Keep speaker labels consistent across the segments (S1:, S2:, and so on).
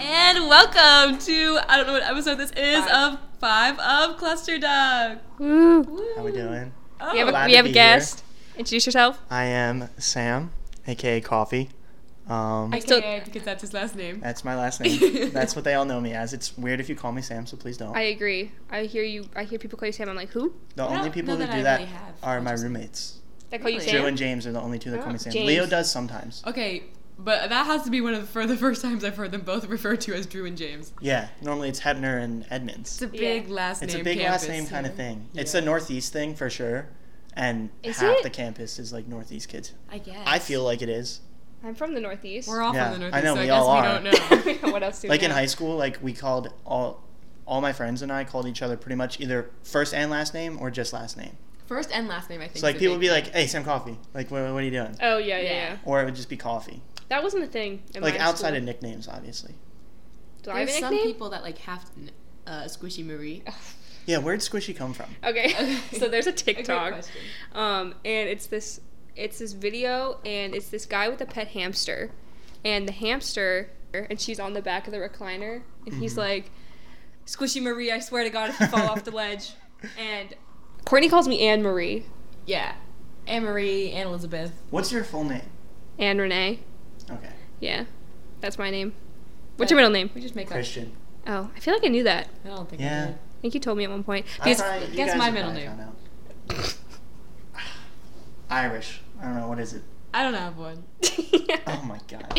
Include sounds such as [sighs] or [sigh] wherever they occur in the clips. S1: And welcome to I don't know what episode this is of five of Cluster Duck.
S2: How we doing?
S1: Oh,
S3: We have a,
S2: Glad
S3: we
S2: to
S3: have
S2: be
S3: a guest. Introduce yourself.
S2: I am Sam, aka Coffee. Um,
S1: I
S3: still-
S1: can't because that's his last name.
S2: that's my
S1: [laughs]
S2: last name. that's what they all know me as. It's weird if you call me Sam, so please don't.
S3: I agree. I hear you. I hear people call you Sam. I'm like, who?
S2: the
S1: I
S2: only
S1: don't
S2: people
S1: know
S2: that,
S1: that
S2: do
S1: I
S2: that
S1: really have.
S2: are my
S1: Just-
S2: roommates.
S3: They call you
S1: Really?
S3: Sam.
S2: Joe and James are the only two that call me
S3: Oh,
S2: Sam.
S3: James.
S2: Leo does sometimes.
S1: Okay, but that has to be one of the, for the first times I've heard them both referred to as Drew and James.
S2: Yeah, normally it's Hebner and
S1: It's
S2: Edmonds.
S1: a big last
S2: It's
S1: name.
S2: a big
S1: campus.
S2: last name kind of thing. It's
S1: Yeah.
S2: a Northeast thing for sure, and
S3: Is
S2: half
S3: it?
S2: the campus is like Northeast kids.
S1: I guess.
S2: I feel like it is.
S3: I'm from the Northeast. [laughs]
S1: we're all
S2: Yeah,
S1: from the
S2: I
S1: Northeast,
S2: know,
S1: so I
S2: we
S1: guess
S2: all
S1: we
S2: are.
S1: don't know.
S2: [laughs]
S3: what else do we
S2: like in
S3: know?
S2: high school like we called all all my friends and i called each other pretty much either first and last name or just last name
S1: First and last name, I think.
S2: so like people would be like hey sam coffee like what, what are you doing
S3: Oh yeah, yeah,
S1: Yeah.
S3: yeah.
S2: or it would just be coffee
S3: That wasn't a thing. In
S2: like
S3: my
S2: outside
S3: school.
S2: of nicknames obviously
S3: Do I have
S4: There's
S3: a
S4: some
S3: nickname?
S4: people that like have uh, Squishy
S1: [laughs]
S4: Marie.
S2: yeah where'd squishy come from
S3: [laughs] [laughs] Okay.
S1: Okay.
S3: so there's a
S1: a great
S3: TikTok,
S1: question.
S3: um, and it's this, it's this video, and it's this guy with a pet hamster, and the hamster, and she's on the back of the recliner, and he's
S2: Mm-hmm.
S3: like, "Squishy Marie, I swear to God, if you fall
S2: [laughs]
S3: off the ledge," and Courtney calls me Anne Marie,
S1: Yeah.
S4: Anne Marie, Anne Elizabeth.
S2: what's your full name
S3: Anne Renee.
S2: okay
S3: Yeah, that's my name.
S4: Uh,
S3: What's your middle name?
S4: We just make up.
S2: christian
S3: Oh, I feel like I knew that.
S4: I don't think.
S2: yeah
S3: I think you told me at one point.
S2: I
S3: Because-
S2: probably- you
S4: guess
S2: guys
S4: my
S2: have
S4: middle
S2: probably
S4: name.
S2: found out. [sighs] irish i don't know what is it
S1: I don't have one.
S2: oh my
S4: [laughs]
S2: god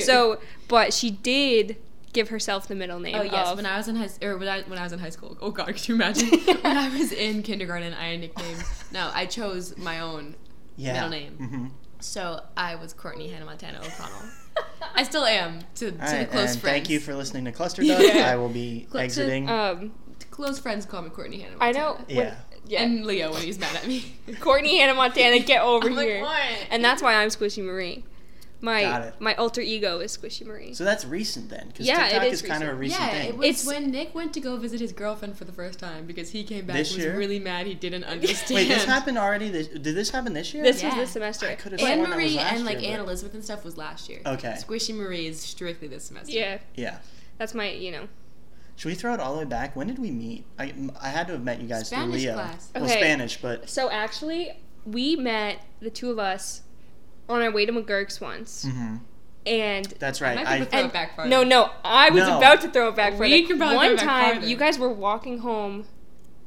S3: [laughs] so, but she did give herself the middle name.
S4: Oh, yes,
S3: of- [laughs]
S1: When I was in high or when I, when I was in high school. Oh
S4: [laughs]
S1: God, could you imagine? when I was in kindergarten, I had nicknames. No, I chose my own.
S2: yeah
S4: Middle name.
S2: mm-hmm.
S4: So I was Courtney Hannah Montana O'Connell. I still am to, to
S2: All right,
S4: the close
S2: and
S4: friends.
S2: thank you for listening to cluster Duck.
S4: [laughs] Yeah. uh,
S2: i will be
S4: Cl- to-
S2: exiting
S3: um,
S4: Close friends call me Courtney Hannah.
S3: I
S4: Montana.
S3: know.
S2: yeah
S3: Yeah.
S1: And Leo when he's mad at me.
S3: [laughs] Courtney Hannah Montana, get over
S4: [laughs] I'm like,
S3: here.
S4: "What?"
S3: and that's why I'm Squishy Marie.
S2: Got
S3: My
S2: it.
S3: my alter ego is Squishy Marie.
S2: So that's recent then, because
S3: Yeah, it
S2: TikTok is,
S3: is
S2: kind of a recent
S4: Yeah,
S2: thing.
S4: it was
S3: It's-
S4: when Nick went to go visit his girlfriend for the first time because he came back
S2: This
S4: and was
S2: year?
S4: really mad he didn't understand.
S2: Wait, this happened already? This, did this happen this year?
S3: This was
S4: Yeah.
S3: this semester.
S2: I could've
S3: And-
S2: sworn-
S4: Anne
S2: one that was
S4: Marie
S2: last
S4: and like
S2: year,
S4: Anne
S2: but-
S4: Elizabeth and stuff was last year.
S2: Okay.
S4: Squishy Marie is strictly this semester.
S3: yeah,
S2: Yeah.
S3: that's my you know.
S2: Should we throw it all the way back? When did we meet? I, I had to have met you guys through
S4: Spanish
S2: Leo.
S4: class.
S2: Well,
S3: Okay.
S2: Spanish, but
S3: So actually, we met the two of us on our way to McGurk's once,
S2: mhm.
S3: and
S2: that's
S4: I
S2: right.
S4: might be able to
S2: I,
S4: throw
S3: and-
S4: it back farther.
S3: No, no, I was
S2: No.
S3: about to throw it back for
S1: We
S3: you.
S1: can probably
S3: One
S1: throw it back
S3: time,
S1: farther.
S3: you guys were walking home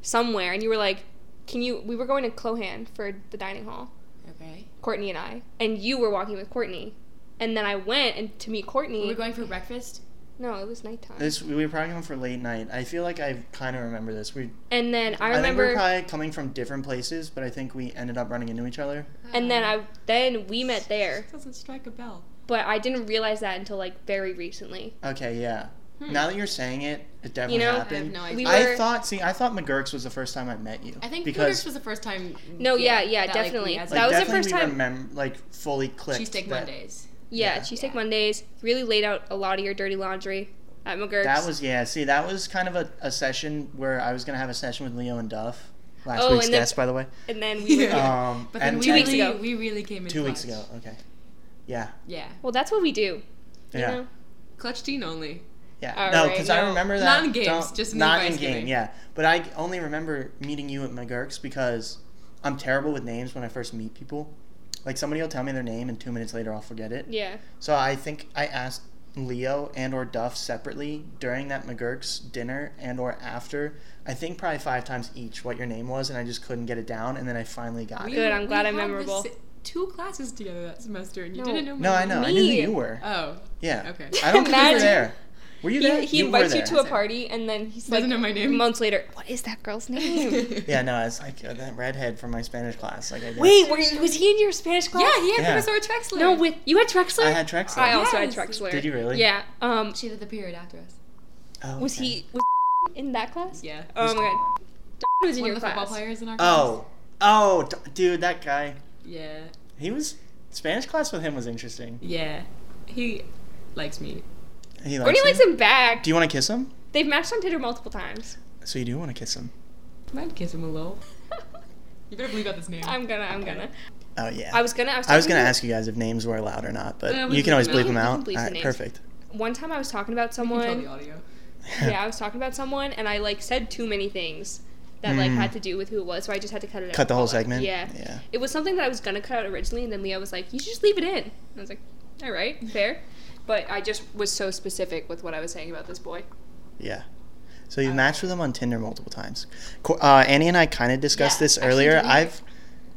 S3: somewhere, and you were like, "Can you?" We were going to Clohan for the dining hall,
S4: Okay.
S3: Courtney and I, and you were walking with Courtney, and then I went and to meet Courtney.
S4: We were going for breakfast.
S3: no, it was nighttime.
S2: this we were probably going for late night. I feel like I kind of remember this. We
S3: and then I
S2: I think we
S3: remember,
S2: were probably coming from different places, but I think we ended up running into each other.
S3: and
S4: [sighs]
S3: then I then we met there,
S1: Doesn't strike a bell.
S3: but I didn't realize that until like very recently.
S2: Okay, yeah. Now that you're saying it, it definitely
S3: Hmm. know, I have
S4: Hmm. I have
S2: happened.
S4: no
S3: We
S4: idea.
S3: were-
S2: I thought, see, I thought McGurk's was the first time I met you.
S4: I think
S2: because
S4: because was the first time.
S3: No, yeah, yeah,
S4: that, like,
S3: definitely.
S4: we as-
S2: like,
S3: that was the
S2: definitely
S3: first
S2: we
S3: time.
S2: remember, like fully clicked.
S4: Cheesesteak
S2: that-
S4: Mondays.
S3: Yeah,
S2: Yeah.
S3: Cheesesteak
S4: Yeah.
S3: Mondays really laid out a lot of your dirty laundry at McGurk's.
S2: That was yeah. See, that was kind of a, a session where I was gonna have a session with Leo and Duff. Last
S3: Oh,
S2: week's
S3: and then-
S2: guest, by the way.
S3: [laughs] and
S1: [laughs]
S3: then we. Were,
S2: Um,
S4: But then
S2: and
S4: we
S3: two
S4: really,
S3: weeks ago.
S4: we really came in.
S2: two weeks
S4: clutch.
S2: ago. Okay. Yeah.
S4: Yeah,
S3: Well, that's what we do. You
S2: Yeah.
S3: know?
S1: Clutch teen only.
S2: Yeah.
S3: All
S2: No,
S3: right,
S2: because I
S3: no.
S2: remember that.
S1: Not in games,
S2: don't-
S1: just in
S2: not
S1: advice
S2: in game.
S1: giving.
S2: Yeah, but I only remember meeting you at McGurk's because I'm terrible with names when I first meet people. Like somebody will tell me their name, and two minutes later I'll forget it.
S3: Yeah.
S2: So I think I asked Leo and or Duff separately during that McGurk's dinner and or after. I think probably five times each what your name was, and I just couldn't get it down, and then I finally got
S1: We-
S2: it.
S3: Good, I'm glad
S1: we
S3: I'm
S1: had the
S3: memorable.
S1: si- two classes together that semester, and you
S3: No.
S1: didn't know. my
S2: No, I
S1: name.
S2: know. I knew who
S3: Me.
S2: you were.
S1: Oh,
S2: yeah.
S1: okay.
S2: I don't think you were
S3: Imagine-
S2: there. Were you there?
S3: He, he
S2: you
S3: invites
S2: were
S3: you
S2: there.
S3: to a party, and then he's like,
S1: Doesn't know my name.
S3: months later, what is that girl's
S2: [laughs]
S3: name?
S2: [laughs]
S4: [laughs]
S2: Yeah, no, it's like uh, that redhead from my Spanish class. Like I guess.
S3: Wait, were you, was he in your Spanish class?
S1: Yeah, he had
S2: Yeah.
S1: Professor Trexler.
S3: No, with you had Trexler.
S2: I had Trexler.
S3: I also
S1: Yes.
S3: had Trexler.
S2: Did you really?
S3: Yeah. Um,
S4: she did the period after us.
S2: Oh,
S3: was
S2: okay.
S3: he was in that class?
S1: Yeah.
S3: Oh my god. Was in
S4: One
S3: your
S4: of the football
S3: class.
S4: players in our class.
S2: Oh, oh, d- dude, that guy.
S1: Yeah.
S2: He was Spanish class with him was interesting.
S1: Yeah. He likes me.
S2: He likes,
S3: Courtney
S2: you?
S3: likes him back.
S2: Do you want to kiss him?
S3: They've matched on Tinder multiple times. [laughs]
S2: So you do want to kiss him?
S1: Might kiss him a little. you better believe out this name.
S3: I'm gonna. I'm gonna.
S2: Oh yeah.
S3: I was gonna. I was,
S2: I was
S3: talking
S2: gonna
S3: to-
S2: ask you guys if names were allowed or not, but
S1: Uh, we can
S2: you can always
S1: bleep
S2: bleep
S1: them
S2: them
S3: out.
S2: out.
S3: We can bleep
S2: All
S3: the
S2: right,
S3: names.
S2: perfect. [laughs]
S3: one time I was talking about
S5: Control the
S3: someone.
S5: audio.
S2: [laughs]
S3: Yeah, I was talking about someone, and I like said too many things that like
S2: Mm.
S3: had to do with who it was, so I just had to cut it out.
S2: Cut the whole
S3: But, like,
S2: segment?
S3: Yeah.
S2: Yeah.
S3: It was something that I was gonna cut out originally, and then Leah was like, "You should just leave it in." And I was like, "All right, fair." But I just was so specific with what I was saying about this boy.
S2: Yeah. So
S1: Uh,
S2: you've matched with him on Tinder multiple times. Co- Uh, Annie and I kind of discussed
S1: Yeah,
S2: this
S1: actually,
S2: earlier.
S1: didn't we?
S2: I've,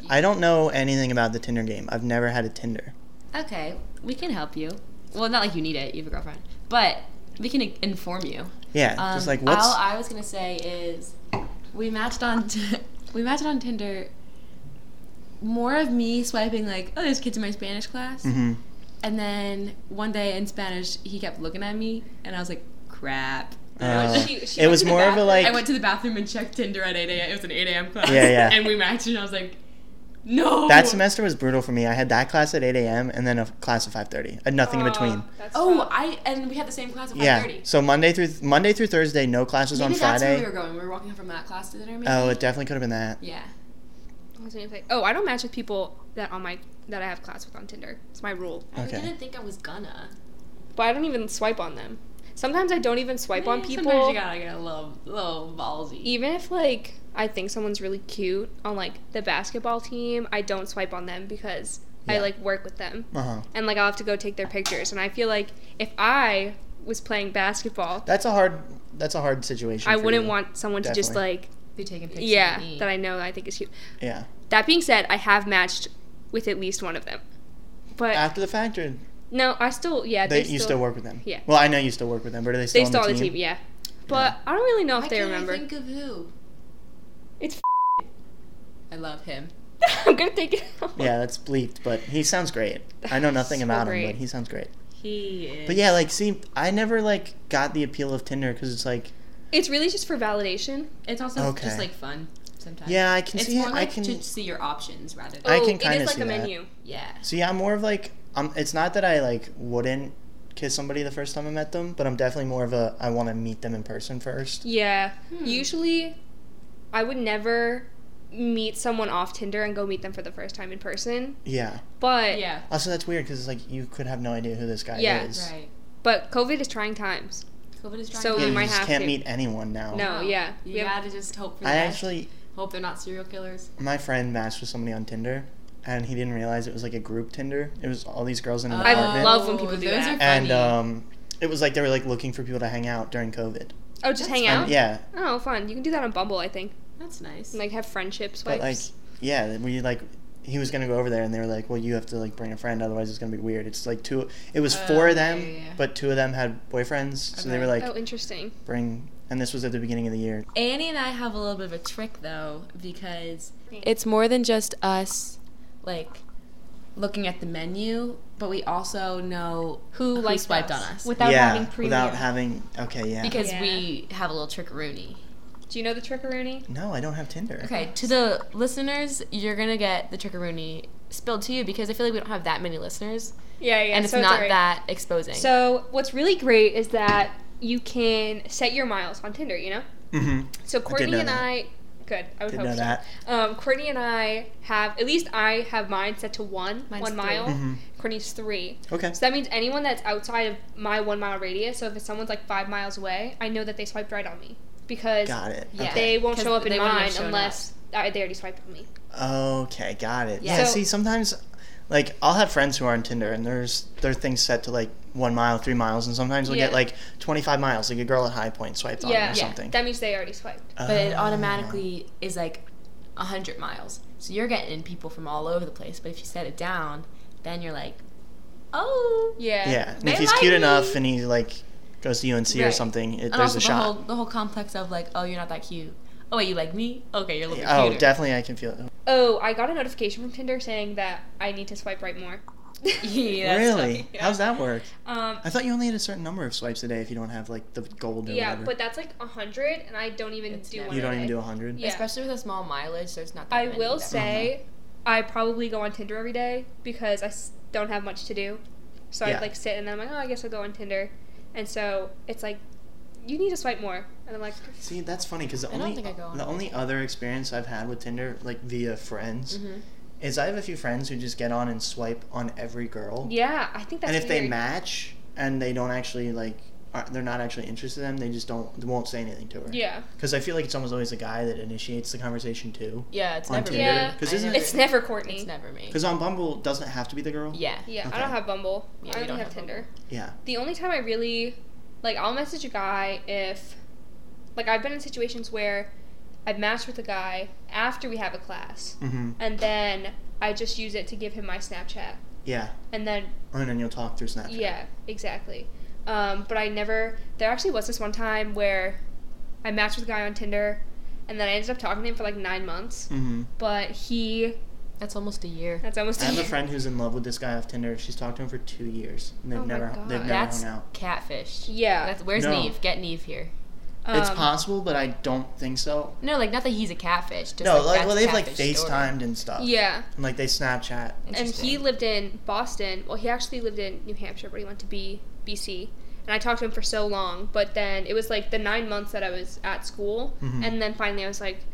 S2: I don't know anything about the Tinder game. I've never had a Tinder.
S1: Okay, we can help you. Well, not like you need it. You have a girlfriend, but we can i- inform you.
S2: Yeah,
S1: Um,
S2: just like what's
S1: All I was gonna say is, we matched on, t- [laughs] we matched on Tinder. More of me swiping like, oh, there's kids in my Spanish class,
S2: Mhm.
S1: and then one day in Spanish, he kept looking at me, and I was like, crap. And I was
S2: Uh,
S1: just-
S3: She- she
S2: it
S3: went
S2: was
S3: to the
S2: more of a
S3: bathroom.
S2: like
S1: I went to the bathroom and checked Tinder at 8 a.m. It was an 8 a.m. class.
S2: Yeah, yeah.
S1: And we matched, and I was like, no.
S2: that semester was brutal for me. I had that class at 8 a.m. and then a class at 5:30. I had nothing in
S3: Aw,
S2: between.
S3: that's
S1: Oh,
S3: rough.
S1: I and we had the same class at 5:30.
S2: Yeah. So Monday through Monday through Thursday, no classes
S1: Maybe
S2: on
S1: that's where we
S2: Friday.
S1: were going. We were walking home from that class to dinner. Maybe?
S2: Oh, it definitely could have been that.
S1: yeah.
S3: I was gonna say- oh, I don't match with people that on my that I have class with on Tinder. It's my rule.
S1: I
S2: Okay.
S1: didn't think I was gonna.
S3: But I don't even swipe on them. Sometimes I don't even swipe on
S1: Eh,
S3: people.
S1: Sometimes you gotta get a little, little ballsy.
S3: even if like I think someone's really cute on like the basketball team, I don't swipe on them because I
S2: Yeah.
S3: like work with them
S2: Uh huh.
S3: and like I'll have to go take their pictures. And I feel like if I was playing basketball,
S2: That's a hard. That's a hard situation.
S3: I
S2: for
S3: wouldn't
S2: you.
S3: want someone to just
S2: Definitely.
S3: like
S1: Be taking pictures.
S3: yeah
S1: of me.
S3: that I know I think is cute.
S2: Yeah.
S3: That being said, I have matched with at least one of them, but
S2: After the fact, or
S3: no, I still yeah
S2: they,
S3: they,
S2: you still work with them.
S3: yeah.
S2: Well, I know you still work with them, but are they still
S3: they
S2: on
S3: still
S2: the
S3: on the team,
S2: team?
S3: yeah. But I don't really know if
S1: Why
S3: they
S1: can't
S3: remember.
S1: I think of who?
S3: It's
S1: I love him.
S3: [laughs] I'm gonna take it out.
S2: Yeah, that's bleeped, but he
S3: [laughs]
S2: sounds great. I know nothing
S3: So
S2: about him,
S3: great.
S2: but he sounds great.
S1: He is.
S2: But yeah, like, see, I never like got the appeal of Tinder because it's like,
S3: It's really just for validation.
S1: it's also
S2: Okay.
S1: just like fun sometimes.
S2: yeah, I can
S1: It's
S2: see,
S1: more
S2: it. I
S1: like
S2: can
S1: to see your options rather than
S2: I
S3: Oh,
S2: can
S3: It
S2: kinda
S3: is like
S2: see
S3: a
S2: that.
S3: menu.
S1: yeah.
S2: see. I'm more of like, I'm. It's not that I like wouldn't kiss somebody the first time I met them, but I'm definitely more of a I want to meet them in person first.
S3: Yeah.
S1: Hmm.
S3: Usually, I would never meet someone off Tinder and go meet them for the first time in person.
S2: Yeah.
S3: But
S1: Yeah.
S2: Also, that's weird because it's like you could have no idea who this guy
S3: Yeah,
S2: is.
S1: Right.
S3: but COVID is trying times.
S1: COVID is trying
S3: So
S1: to
S2: Yeah,
S3: we
S2: you
S3: might
S2: just
S3: have
S2: can't
S3: to.
S2: meet anyone now.
S3: No, yeah.
S1: You
S3: we have-
S1: gotta just hope for the
S2: I
S1: best.
S2: actually,
S1: hope they're not serial killers.
S2: my friend matched with somebody on Tinder, and he didn't realize it was like a group Tinder. It was all these girls in an
S3: I
S2: apartment.
S3: love when people do
S1: Oh, those
S3: that.
S1: Are funny.
S2: and um, it was like they were like looking for people to hang out during COVID.
S3: oh, just hang
S2: And
S3: out.
S2: yeah,
S3: Oh, fun. You can do that on Bumble, I think.
S1: that's nice.
S3: And, like have friendship
S2: but like,
S3: swipes.
S2: yeah, we like he was gonna go over there, and they were like, "Well, you have to like bring a friend, otherwise it's gonna be weird." It's like two. It was
S1: Oh,
S2: four of
S1: yeah,
S2: them,
S1: yeah, yeah.
S2: but two of them had boyfriends, so they
S1: Okay.
S2: were like,
S3: oh, interesting.
S2: "Bring." And this was at the beginning of the year.
S1: Annie and I have a little bit of a trick though because it's more than just us like looking at the menu, but we also know who, like
S3: liked
S1: swiped
S3: us.
S1: on us
S6: without
S2: yeah,
S6: having preview.
S2: without having. Okay, yeah.
S1: because
S3: Yeah.
S1: we have a little trick Rooney.
S3: Do you know the trickeroony?
S2: no, I don't have Tinder.
S1: Okay, to the listeners, you're gonna get the trick Rooney spilled to you because I feel like we don't have that many listeners
S3: Yeah, yeah.
S1: and it's
S3: so
S1: not
S3: alright.
S1: that exposing.
S3: So what's really great is that you can set your miles on Tinder. You know.
S2: Mm-hmm.
S3: So Courtney
S2: know
S3: and
S2: that.
S3: I. Good. I would
S2: Didn't
S3: hope so.
S2: know that.
S3: Um, Courtney and I have at least I have mine set to one
S1: Mine's
S3: one
S1: three. Mm-hmm.
S3: mile.
S2: Mhm.
S3: Courtney's three.
S2: Okay.
S3: So that means anyone that's outside of my one mile radius. So if it's someone's like five miles away, I know that they swiped right on me because
S2: Got it.
S1: Yeah.
S2: Okay.
S3: they won't
S1: 'Cause
S3: show up in
S1: they wouldn't have
S3: mine
S1: shown
S3: unless I, they already swiped on me.
S2: Okay, got it.
S1: Yeah.
S2: Yeah.
S3: So-
S2: see, sometimes, like, I'll have friends who are on Tinder, and there's their things set to like one mile, three miles, and sometimes we'll get
S3: Yeah.
S2: like 25 miles, like a girl at High Point swiped on
S3: Yeah. Yeah.
S2: or something.
S3: That means they already swiped.
S1: but it
S2: Oh.
S1: automatically is like 100 miles. So you're getting in people from all over the place, but if you set it down, then you're like, oh.
S3: Yeah.
S2: Yeah, and
S1: They
S2: if he's
S1: like
S2: cute
S1: me.
S2: enough and he like goes to UNC or
S3: Right.
S2: something, it,
S1: And
S2: there's
S1: also
S2: a
S1: the
S2: shot.
S1: whole the whole complex of like, oh, you're not that cute. Oh wait, you like me? Okay, you're a little bit
S2: oh,
S1: cuter.
S2: definitely, I can feel it.
S3: Oh, I got a notification from Tinder saying that I need to swipe right more.
S1: [laughs] Yeah, that's
S2: really?
S1: funny, yeah.
S2: How's that work?
S3: Um,
S2: I thought you only had a certain number of swipes a day if you don't have like the gold or
S3: yeah,
S2: whatever.
S3: but that's like a hundred, and I don't even
S1: It's
S3: do
S1: never-
S3: one.
S2: you
S3: a
S2: don't even
S3: day.
S2: do 100.
S3: Yeah.
S1: Especially with a small mileage, there's not. That
S3: I
S1: many
S3: will
S1: that-
S3: say, I probably go on Tinder every day because I s- don't have much to do. So
S2: Yeah.
S3: I like sit and then I'm like, oh, I guess I'll go on Tinder. And so it's like, you need to swipe more. And I'm like,
S2: See, that's funny because the
S1: I don't
S2: only
S1: think I go on
S2: the only other experience I've had with Tinder, like via friends,
S1: Mm-hmm.
S2: is I have a few friends who just get on and swipe on every girl,
S3: yeah, I think that's
S2: and if they
S3: weird.
S2: match, and they don't actually like are, they're not actually interested in them. They just don't they won't say anything to her. [laughs]
S3: Yeah.
S2: Because I feel like it's almost always a guy that initiates the conversation too.
S4: Yeah, it's
S2: On
S4: never
S2: Tinder?
S4: me.
S3: Yeah.
S2: 'Cause
S4: I
S2: isn't
S4: never-
S2: it-
S3: It's never Courtney.
S4: it's never me.
S2: Because on Bumble doesn't it have to be the girl.
S4: Yeah.
S3: Yeah,
S2: Okay.
S3: I don't have Bumble.
S4: Yeah,
S3: I
S4: we
S3: only
S4: don't
S3: have
S4: have
S3: Tinder.
S2: Yeah.
S3: The only time I really like I'll message a guy if like I've been in situations where I've matched with a guy after we have a class
S2: Mm-hmm.
S3: and then I just use it to give him my Snapchat.
S2: Yeah. Oh,
S3: And then
S2: And then you'll talk through Snapchat.
S3: yeah, exactly. Um, but I never there actually was this one time where I matched with a guy on Tinder and then I ended up talking to him for like 9 months,
S2: Mm-hmm.
S3: but he
S4: That's almost a year.
S3: that's almost
S2: I
S3: a
S2: have a
S3: [laughs] year.
S2: friend who's in love with this guy off Tinder. She's talked to him for two years, and they've
S3: Oh my
S2: never
S3: God.
S2: they've never
S4: That's
S2: hung out.
S4: catfish.
S3: Yeah.
S4: That's, where's
S2: No.
S4: Neve? Get Neve here.
S2: it's
S3: um,
S2: possible, but I don't think so.
S4: No, like not that he's a catfish. Just
S2: No, like,
S4: that's
S2: well,
S4: a
S2: they've like
S4: catfish story.
S2: FaceTimed and stuff.
S3: Yeah.
S2: And like they Snapchat.
S3: and he
S4: Interesting.
S3: lived in Boston. Well, he actually lived in New Hampshire, but he went to B BC. And I talked to him for so long, but then it was like the nine months that I was at school,
S2: Mhm.
S3: and then finally I was like,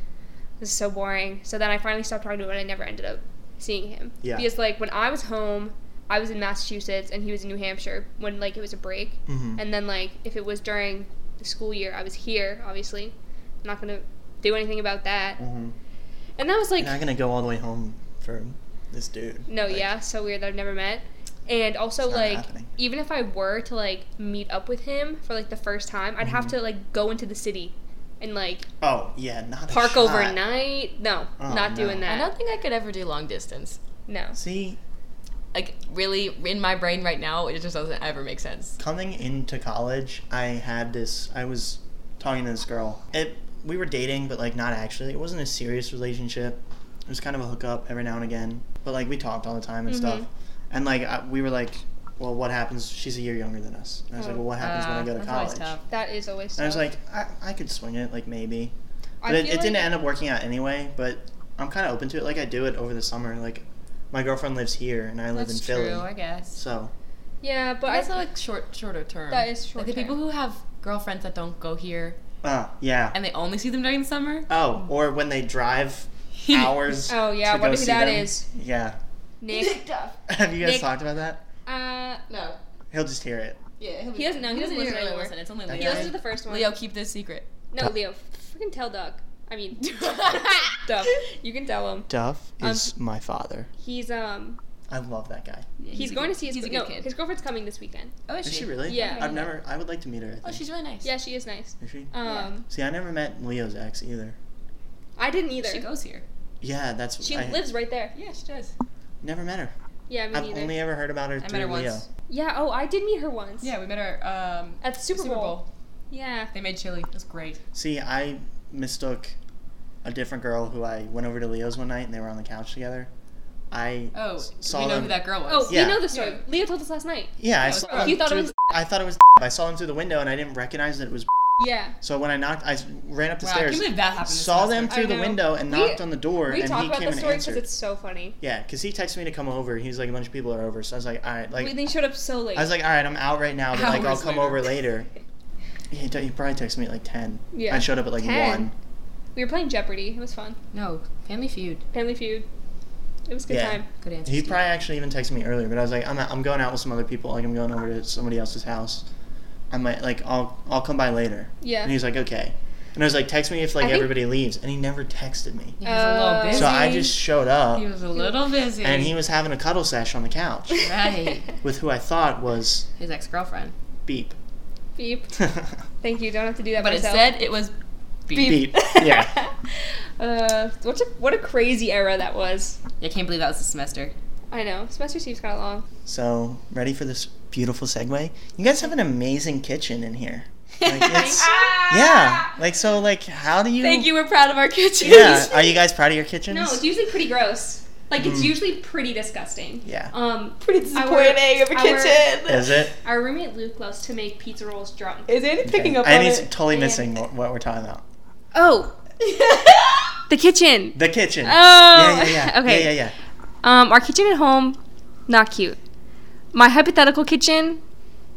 S3: "This is so boring." So then I finally stopped talking to him, and I never ended up seeing him.
S2: Yeah.
S3: Because like when I was home, I was in Massachusetts, and he was in New Hampshire when like it was a break,
S2: Mm-hmm.
S3: and then like if it was during the school year, I was here. Obviously, I'm not gonna do anything about that.
S2: mm-hmm.
S3: And that was like
S2: You're not gonna go all the way home for this dude.
S3: No,
S2: Like,
S3: yeah, so weird that I've never met. And also
S2: It's not
S3: like
S2: happening.
S3: even if I were to like meet up with him for like the first time, I'd have
S2: Mhm.
S3: to like go into the city and like
S2: Oh yeah, not a
S3: park
S2: shot.
S3: overnight. No,
S2: Oh,
S3: not
S2: no.
S3: doing
S4: I
S3: that.
S4: don't think I could ever do long distance.
S3: No.
S2: See,
S4: Like really, in my brain right now, it just doesn't ever make sense.
S2: coming into college, I had this. I was talking to this girl. It we were dating, but like not actually. It wasn't a serious relationship. It was kind of a hookup every now and again. But like we talked all the time and
S3: Mhm.
S2: stuff. And like I, we were like, well, what happens? She's a year younger than us. And I was
S3: Oh.
S2: like, well, what happens when I
S4: Uh,
S2: go to
S4: that's always
S2: college?
S4: tough.
S3: That is always
S2: And I was
S3: tough.
S2: like, I, I could swing it, like maybe.
S3: I
S2: But it,
S3: feel
S2: it didn't
S3: like-
S2: end up working out anyway. But I'm kind of open to it. Like I do it over the summer. Like my girlfriend lives here, and I live in
S4: That's
S2: Philly.
S4: true, I guess.
S2: So
S3: Yeah, but
S4: But
S3: I
S4: that's
S3: feel like
S4: like short, shorter term.
S3: that is short.
S4: like the people who have girlfriends that don't go here
S2: uh, yeah.
S4: and they only see them during the summer. [laughs]
S2: Oh, or when
S3: [laughs]
S2: they drive hours.
S3: Oh, yeah,
S2: to
S3: I
S2: go
S3: wonder who
S2: see
S3: that
S2: them.
S3: is.
S2: Yeah. [laughs]
S3: Nick
S4: [laughs]
S2: Have you guys
S3: Nick-
S2: talked about that?
S3: uh
S4: No.
S2: He'll just hear it.
S4: Yeah.
S3: He doesn't know. He doesn't listen anymore.
S4: listen. It's only
S2: That
S4: Leo.
S3: he
S2: guy?
S3: listened to the first one.
S4: Leo, keep this secret.
S3: No, Leo. Freaking tell Doug. I
S4: [laughs]
S3: mean [laughs] Doug. You can tell him.
S2: Duff
S3: Um,
S2: is my father.
S3: He's um
S2: I love that guy.
S3: he's, going to see his
S4: He's a
S3: no,
S4: good kid.
S3: His girlfriend's coming this weekend.
S4: Oh,
S2: Is she really?
S3: Yeah.
S2: I've never. I would like to meet her. I think.
S4: Oh, she's really nice.
S3: Yeah, she is nice.
S2: Is she?
S3: Um,
S4: Yeah.
S2: See, I never met Leo's ex either.
S3: I didn't either.
S4: She
S3: She,
S4: goes here.
S2: Yeah, that's. I
S3: lives right there.
S4: Yeah, she does.
S2: Never met her.
S3: Yeah, me
S2: I've
S3: neither.
S2: only ever heard about her
S4: I
S2: through
S4: met her
S2: Leo.
S4: once.
S3: yeah, oh, I did meet her once.
S4: Yeah, we met her um,
S3: At the Super,
S4: Super
S3: Bowl.
S4: Bowl.
S3: Yeah.
S4: They made chili. It was great.
S2: See, I mistook a different girl who I went over to Leo's one night and they were on the couch together. I
S4: Oh,
S2: s- saw
S4: we know
S2: them.
S4: who that girl was.
S3: Oh,
S2: Yeah.
S3: you know the story.
S4: Yeah.
S3: Leah told us last night.
S2: [laughs] Yeah, I
S4: was
S2: saw.
S4: her.
S2: them
S3: You thought it
S2: through
S3: was
S2: the- I thought it was. [laughs] I saw them through the window and I didn't recognize that it was. [laughs]
S3: Yeah.
S2: So when I knocked, I s- ran up the
S4: wow, I
S2: stairs,
S4: can't believe that happened. this
S2: saw them
S4: semester.
S2: through
S3: I
S2: the
S3: know.
S2: window, and
S3: We-
S2: knocked on the door,
S3: We
S2: and
S3: talk
S2: he
S3: about
S2: came
S3: the
S2: and
S3: story because
S2: answered.
S3: it's so funny.
S2: Yeah, because he texted me to come over. He's like, a bunch of people are over, so I was like, all right,
S3: we,
S2: like,
S3: they showed up so late.
S2: I was like, all right, I'm out right now, but like, I'll
S4: Hours
S2: come
S4: later.
S2: over
S3: [laughs]
S2: later. He, t- he probably texted me at like ten.
S3: Yeah.
S2: I showed up at like
S3: 10?
S2: one.
S3: we were playing Jeopardy. It was fun.
S4: No, Family Feud.
S3: Family Feud. It was a good
S2: Yeah.
S3: time.
S4: Good answer.
S2: He
S4: Steve.
S2: probably actually even texted me earlier, but I was like, I'm, out, I'm going out with some other people. Like, I'm going over to somebody else's house. I might like, I'll I'll come by later.
S3: Yeah.
S2: And he's
S3: [laughs]
S2: like, okay. And I was like, text me if like
S3: I think-
S2: everybody leaves, and he never texted me.
S4: He was a little
S3: Uh,
S4: busy.
S2: So I just showed up,
S4: He was a little busy.
S2: and he was having a cuddle sesh on the
S3: [laughs]
S2: couch
S4: Right.
S2: with who I thought was
S4: His ex [laughs] girlfriend.
S2: Beep. [laughs]
S3: Beep. Thank you. Don't have to do that
S4: But it
S3: myself.
S4: said it was
S2: Beep.
S3: [laughs]
S2: [laughs] Yeah.
S3: uh, what a, what a crazy era that was.
S4: I can't believe that was the semester.
S3: I know. Semester seems kind of long.
S2: So, ready for this beautiful segue? You guys have an amazing kitchen
S3: [laughs]
S2: in here. Like, it's, yeah. Like, so, like, how do you.
S4: Thank you. We're proud of our kitchen.
S3: [laughs]
S2: Yeah. Are you guys proud of your kitchens?
S3: No, it's usually pretty gross. Like it's
S2: Mm.
S3: usually pretty disgusting.
S2: Yeah.
S3: Um,
S4: Pretty disappointing of a
S3: our-
S4: kitchen.
S2: Is it?
S3: our roommate Luke loves to make pizza rolls drunk.
S4: Is Andy [laughs] picking up
S2: I
S4: on
S2: need
S4: [laughs] it?
S2: totally missing what, what we're talking about.
S3: Oh, the kitchen.
S2: The kitchen.
S3: Oh,
S2: yeah, yeah,
S4: [laughs]
S3: [laughs]
S2: yeah.
S3: okay.
S2: Yeah, yeah,
S3: Um, our kitchen at home, not cute. My hypothetical kitchen,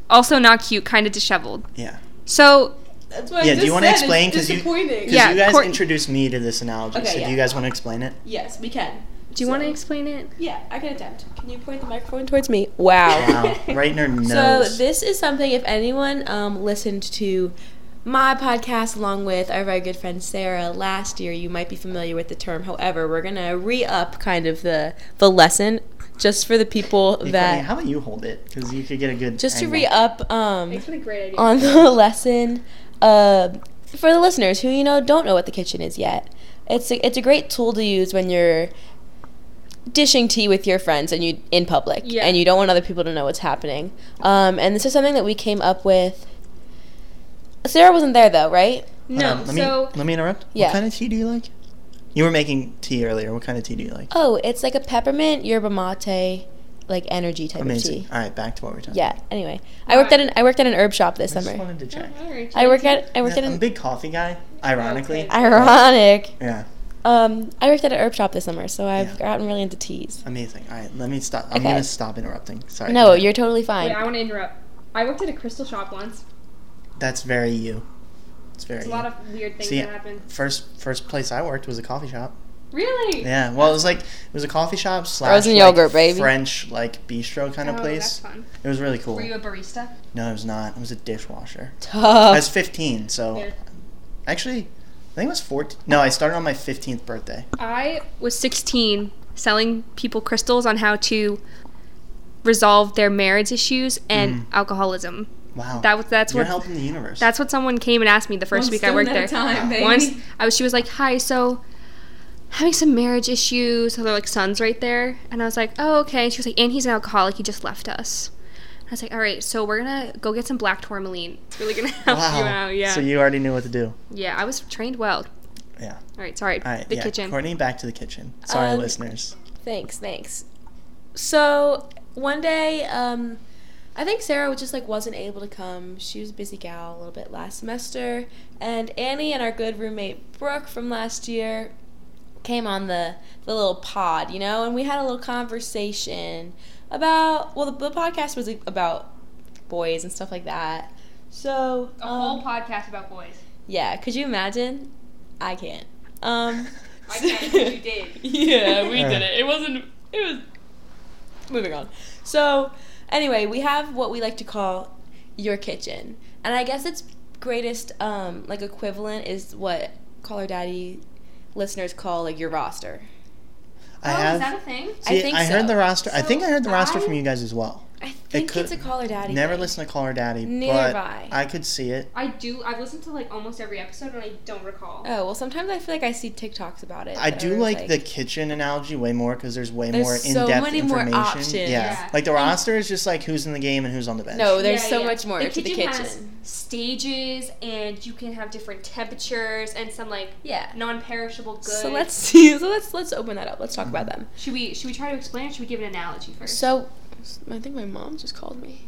S3: also not cute, kind of disheveled.
S2: yeah. Yeah.
S3: So
S4: That's what
S2: Yeah, do
S4: I just
S2: you wanna
S4: said, it's
S2: explain? 'Cause you-
S4: disappointing.
S2: Because
S3: Yeah,
S2: you guys
S3: Court-
S2: introduced me to this analogy,
S4: Okay,
S2: so
S4: yeah. [laughs]
S2: do you guys want to explain it?
S4: Yes, we can.
S3: Do you want to explain it?
S4: Yeah, I can attempt. Can you point the microphone towards me? Wow.
S2: Wow,
S4: [laughs]
S2: right in her nose.
S4: So this is something if anyone um, listened to my podcast along with our very good friend Sarah last year, you might be familiar with the term. However, we're gonna re up kind of the the lesson just for the people
S2: Hey, Courtney,
S4: that
S2: how about you hold it? Because you could get a good.
S4: just to
S2: angle.
S4: re up um,
S3: It's been a great idea.
S4: on the [laughs] lesson uh, for the listeners who you know don't know what the kitchen is yet. It's a, it's a great tool to use when you're dishing tea with your friends and you in public
S3: Yeah.
S4: and you don't want other people to know what's happening. Um, and this is something that we came up with. Sarah wasn't there though, right?
S2: Hold
S3: no,
S2: on, Um, let
S3: so
S2: me let me interrupt.
S4: Yeah.
S2: What kind of tea do you like? You were making tea earlier. What kind of tea do you like?
S4: Oh, it's like a peppermint yerba mate, like energy type of
S2: Amazing.
S4: tea.
S2: All right, back to what we we're talking.
S4: Yeah. Anyway, I worked at an I worked at an herb shop this
S2: about. I just
S4: summer. Mm-hmm.
S2: wanted to check.
S3: Alright,
S4: I worked
S3: Jackie.
S4: at I worked
S2: Yeah,
S4: at
S2: I'm a
S4: an
S2: big coffee guy, ironically.
S3: Okay.
S4: ironic.
S2: Yeah,
S4: Um, I worked at an herb shop this summer, so I've
S2: Yeah.
S4: gotten really into teas.
S2: amazing. All right, let me stop. I'm
S4: Okay.
S2: gonna stop interrupting. Sorry.
S4: No, you're totally fine.
S3: Wait,
S4: [laughs]
S3: I want to interrupt. I worked at a crystal shop once.
S2: That's very you. It's very.
S3: There's a
S2: you.
S3: lot of weird things
S2: See,
S3: that happen.
S2: First, first place I worked was a coffee shop.
S3: Really?
S2: Yeah, well, it was like it was a coffee shop slash
S4: Frozen
S2: like,
S4: yogurt, baby.
S2: French like bistro kind
S3: Oh,
S2: of
S3: That's
S2: place.
S3: fun.
S2: It was really cool.
S3: Were you a barista?
S2: no, it was not. It was a
S4: [laughs]
S2: dishwasher. I
S4: Tough.
S2: was 15, so
S3: Yeah.
S2: actually, I think it was 14. No, I started on my 15th birthday.
S3: I was 16 selling people crystals on how to resolve their marriage issues and
S2: Mm.
S3: alcoholism.
S2: Wow.
S3: That was that's
S2: You're
S3: what
S2: helping the universe.
S3: that's what someone came and asked me the first
S1: One
S3: week I
S1: stone
S3: worked
S1: at
S3: there.
S1: a time, baby.
S3: Once I was she was like, "Hi, so having some marriage issues." So they're like sons right there, and I was like, "Oh, okay." And she was like, "And he's an alcoholic. He just left us." I was like, "All right, so we're gonna go get some black tourmaline. It's really gonna [laughs] help
S2: wow.
S3: you out." Yeah,
S2: So you already knew what to do.
S3: yeah. I was trained well.
S2: Yeah.
S3: All right, sorry.
S2: All right.
S3: the
S2: yeah.
S3: kitchen.
S2: Courtney, back to the kitchen. Sorry,
S4: Um,
S2: listeners.
S4: Thanks, thanks. So one day, um, I think Sarah was just like wasn't able to come. She was a busy gal a little bit last semester, and Annie and our good roommate Brooke from last year came on the the little pod, you know, and we had a little conversation about well, the, the podcast was about boys and stuff like that. So um,
S3: podcast about boys.
S4: Yeah, could you imagine? I can't. Um,
S3: [laughs] I can't, but you [laughs] did.
S4: [laughs] yeah, we
S2: Yeah.
S4: did it. It wasn't. It was. Moving on. So, anyway, we have what we like to call your kitchen, and I guess its greatest um, like equivalent is what caller daddy listeners call like your roster. Oh,
S2: I have.
S3: Oh, a thing?
S2: see,
S4: I think
S2: heard
S4: so.
S2: the roster. I think I heard the roster
S4: I-
S2: from you guys as well.
S4: I think
S2: could-
S4: it's a caller daddy.
S2: Never
S4: thing.
S2: listen to Caller Daddy,
S4: Neither
S2: but
S4: have I.
S2: I could see it.
S3: I do. I've listened to like almost every episode, and I don't recall.
S4: Oh well, sometimes I feel like I see TikToks about it.
S2: I
S4: that
S2: do
S4: are,
S2: like, the kitchen analogy way more because there's way
S4: There's
S2: more in-depth
S4: so many more
S2: information.
S4: options.
S2: Yeah.
S3: Yeah.
S2: like the roster is just like who's in the game and who's on the bench.
S4: No, there's
S3: Yeah,
S4: so
S3: yeah.
S4: much more to the kitchen.
S3: has stages, and you can have different temperatures and some like
S4: yeah.
S3: non-perishable goods.
S4: So let's [laughs] see. So let's let's open that up. Let's talk about
S2: Mm-hmm.
S4: them.
S3: Should we should we try to explain, or should we give an analogy first?
S4: So, I think my mom just called me.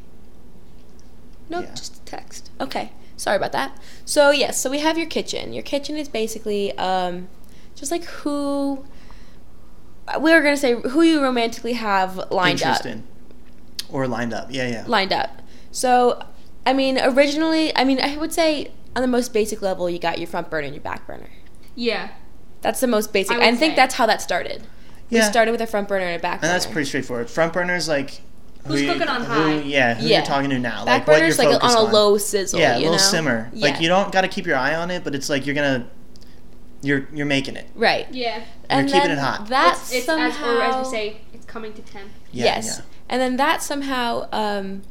S4: Nope,
S2: Yeah.
S4: just a text. Okay, sorry about that. So yes, so we have your kitchen. Your kitchen is basically um, just like who uh, we were gonna say who you romantically have lined up.
S2: Interesting. Or lined up. Yeah, yeah.
S4: Lined up. So, I mean, originally, I mean, I would say on the most basic level, you got your front burner and your back burner.
S3: yeah,
S4: That's the most basic.
S3: I
S4: I,
S3: would
S4: think
S3: say.
S4: that's how that started.
S2: yeah.
S4: We started with a front burner and a back
S2: and
S4: burner.
S2: that's pretty straightforward. Front burner's like who
S3: Who's
S2: you-
S3: cooking on
S2: who-
S3: high.
S2: Yeah, who
S4: Yeah.
S2: you're talking to now.
S4: Back
S2: like what you're
S4: burner's like on
S2: focused
S4: a low sizzle.
S2: Yeah, a
S4: you
S2: little
S4: know?
S2: simmer. Like
S4: Yeah.
S2: you don't got to keep your eye on it, but it's like you're gonna you're you're making it.
S4: Right.
S3: yeah.
S4: and
S2: keeping
S4: then
S2: it hot.
S4: That
S3: it's, it's
S4: somehow,
S3: as, or as we say, it's coming to temp.
S2: Yeah,
S4: yes, and then that somehow, um,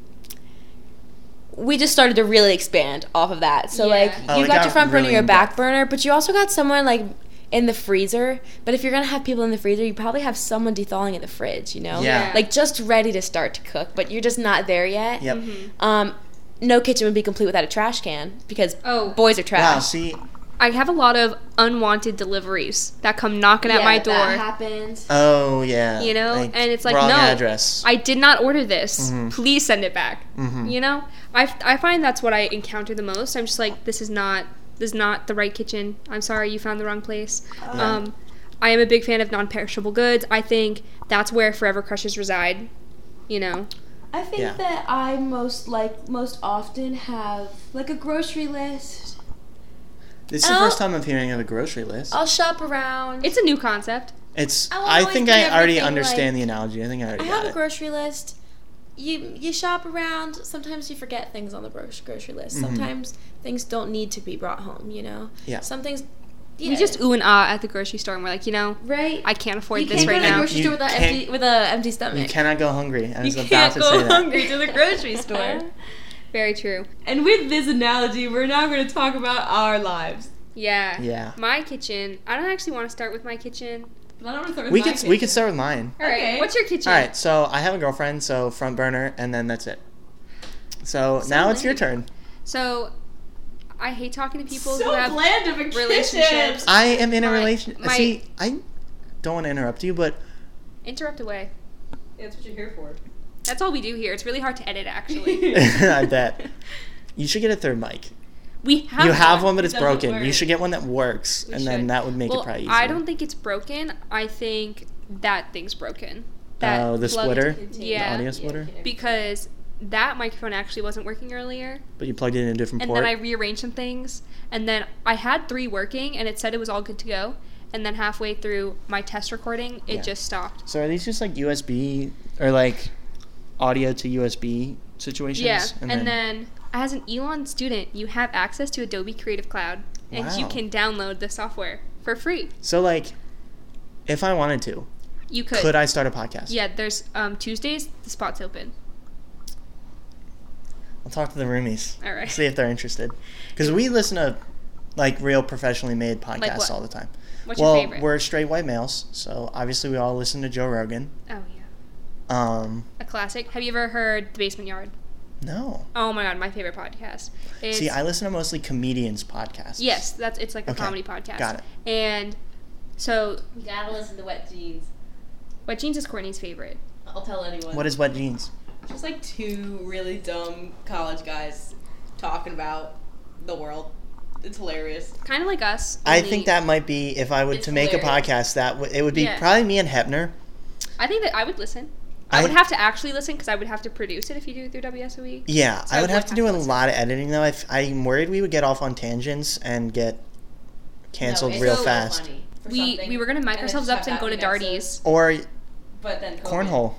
S4: we just started to really expand off of that. So
S3: Yeah.
S4: like,
S2: Oh,
S4: you
S2: it
S4: got,
S2: got
S4: your front burner,
S2: really
S4: your back
S2: in-depth.
S4: burner, but you also got someone like in the freezer. But if you're gonna have people in the freezer, you probably have someone thethawing in the fridge. You know,
S2: Yeah.
S4: like just ready to start to cook, but you're just not there yet.
S2: Yep.
S3: Mm-hmm.
S4: Um, no kitchen would be complete without a trash can because
S3: Oh,
S4: boys are
S2: Wow.
S4: trash.
S2: See.
S3: I have a lot of unwanted deliveries that come knocking at
S4: Yeah,
S3: my
S4: that
S3: door.
S4: happens.
S2: Oh yeah.
S3: You know, and it's like,
S2: wrong
S3: no.
S2: address.
S3: I did not order this.
S2: Mhm.
S3: Please send it back.
S2: Mhm.
S3: You know, I, I find that's what I encounter the most. I'm just like, this is not this is not the right kitchen. I'm sorry, you found the wrong place.
S2: Yeah.
S3: Um, I am a big fan of non-perishable goods. I think that's where forever crushes reside. You know,
S4: I think
S2: Yeah.
S4: that I most like most often have like a grocery list.
S2: This is the
S4: I'll-
S3: Oh,
S2: first time I'm hearing of a grocery list.
S4: I'll shop around.
S3: it's a new concept.
S2: It's.
S4: I will
S2: I
S4: always
S2: think
S4: do
S2: I already
S4: everything,
S2: understand
S4: like-
S2: the analogy. I think I already
S4: I
S2: got
S4: have a
S2: it.
S4: grocery list. You you shop around. Sometimes you forget things on the gro- grocery list.
S2: Mhm.
S4: Sometimes things don't need to be brought home. You know.
S2: Yeah.
S4: Some things. Yeah.
S3: We just ooh and ah at the grocery store, and we're like, you know,
S4: right.
S3: I can't afford
S4: you
S3: this
S4: can't go
S3: right
S4: to the
S3: now.
S4: grocery
S2: You
S4: store with an
S2: can't-
S4: empty with a empty stomach.
S2: You cannot go hungry. I was
S4: You
S2: about
S4: can't
S2: to
S4: go
S2: say that.
S4: hungry to the
S3: [laughs]
S4: grocery store.
S3: Very true.
S1: And with this analogy, we're now going to talk about our lives.
S3: Yeah.
S2: Yeah.
S3: My kitchen. I don't actually want to start with my kitchen.
S1: But I don't want to start with
S2: We
S1: my
S2: could
S1: kitchen.
S2: we could start with mine.
S3: All right.
S1: Okay.
S3: What's your kitchen?
S2: All right. So I have a girlfriend. So front burner, and then that's it. So, now it's your
S1: lame.
S2: turn.
S3: So, I hate talking to people
S1: so
S3: who have
S1: bland of a kitchen.
S3: relationships.
S2: I am in a
S3: My-
S2: relation.
S3: my-
S2: See, I don't want to interrupt you, but [laughs]
S3: interrupt away.
S1: That's what you're here for.
S3: That's all we do here. It's really hard to edit, actually.
S2: I bet you should get a third mic.
S3: [laughs] We have.
S2: you have one, but it's
S1: It doesn't
S2: broken. You
S1: work.
S2: should get one that works,
S3: We
S2: and then
S3: should.
S2: that would make
S3: well,
S2: it probably easier.
S3: I don't think it's broken. I think that thing's broken. That
S2: Oh, the
S3: plug-
S2: splitter?
S3: Yeah.
S2: The audio splitter?
S3: Because that microphone actually wasn't working earlier,
S2: But you plugged it in a different
S3: and
S2: port.
S3: then I rearranged some things, and then I had three working, and it said it was all good to go, and then halfway through my test recording, it
S2: Yeah.
S3: just stopped.
S2: so are these just like USB or like audio to USB situations?
S3: Yeah, and, then, as an Elon student, you have access to Adobe Creative Cloud, and you
S2: Wow.
S3: can download the software for free.
S2: so like, if I wanted to,
S3: You could.
S2: could, I start a podcast?
S3: Yeah, there's um, Tuesdays. The spot's open.
S2: I'll talk to the roomies.
S3: All right.
S2: See if they're interested, because we listen to like real professionally made podcasts
S3: what?
S2: all the time.
S3: What's
S2: well,
S3: your favorite?
S2: we're straight white males, so obviously we all listen to Joe Rogan.
S3: oh yeah,
S2: Um,
S3: a classic. Have you ever heard The Basement Yard?
S2: no.
S3: Oh my god, my favorite podcast. It's,
S2: See, I listen to mostly comedians' podcasts.
S3: yes, that's it's like a
S2: Okay,
S3: comedy podcast.
S2: got it.
S3: And so,
S7: You gotta listen to Wet Jeans.
S3: Wet Jeans is Courtney's favorite.
S7: I'll tell anyone.
S2: What is wet jeans?
S7: Just like two really dumb college guys talking about the world. It's hilarious.
S3: Kind of like us.
S2: I
S3: only-
S2: think that might be if I would
S7: It's
S2: to make
S7: hilarious.
S2: a podcast that w- it would be
S3: Yeah.
S2: probably me and Hepner.
S3: I think that I would listen. I, would have to actually listen because I would have to produce it if you do it through WSOE.
S2: Yeah,
S3: So
S2: I
S3: I
S2: would
S3: would
S2: have to
S3: have
S2: do
S3: to
S2: a
S3: listen.
S2: lot of editing though. If I'm worried we would get off on tangents and get canceled
S7: No, it's
S2: real
S7: so
S2: fast.
S7: funny for
S3: We
S7: something,
S3: we were gonna mic
S7: then
S3: ourselves
S7: just
S3: up
S7: have
S3: and go to
S7: that be an episode,
S3: Darty's.
S2: Or
S7: But then COVID.
S2: cornhole.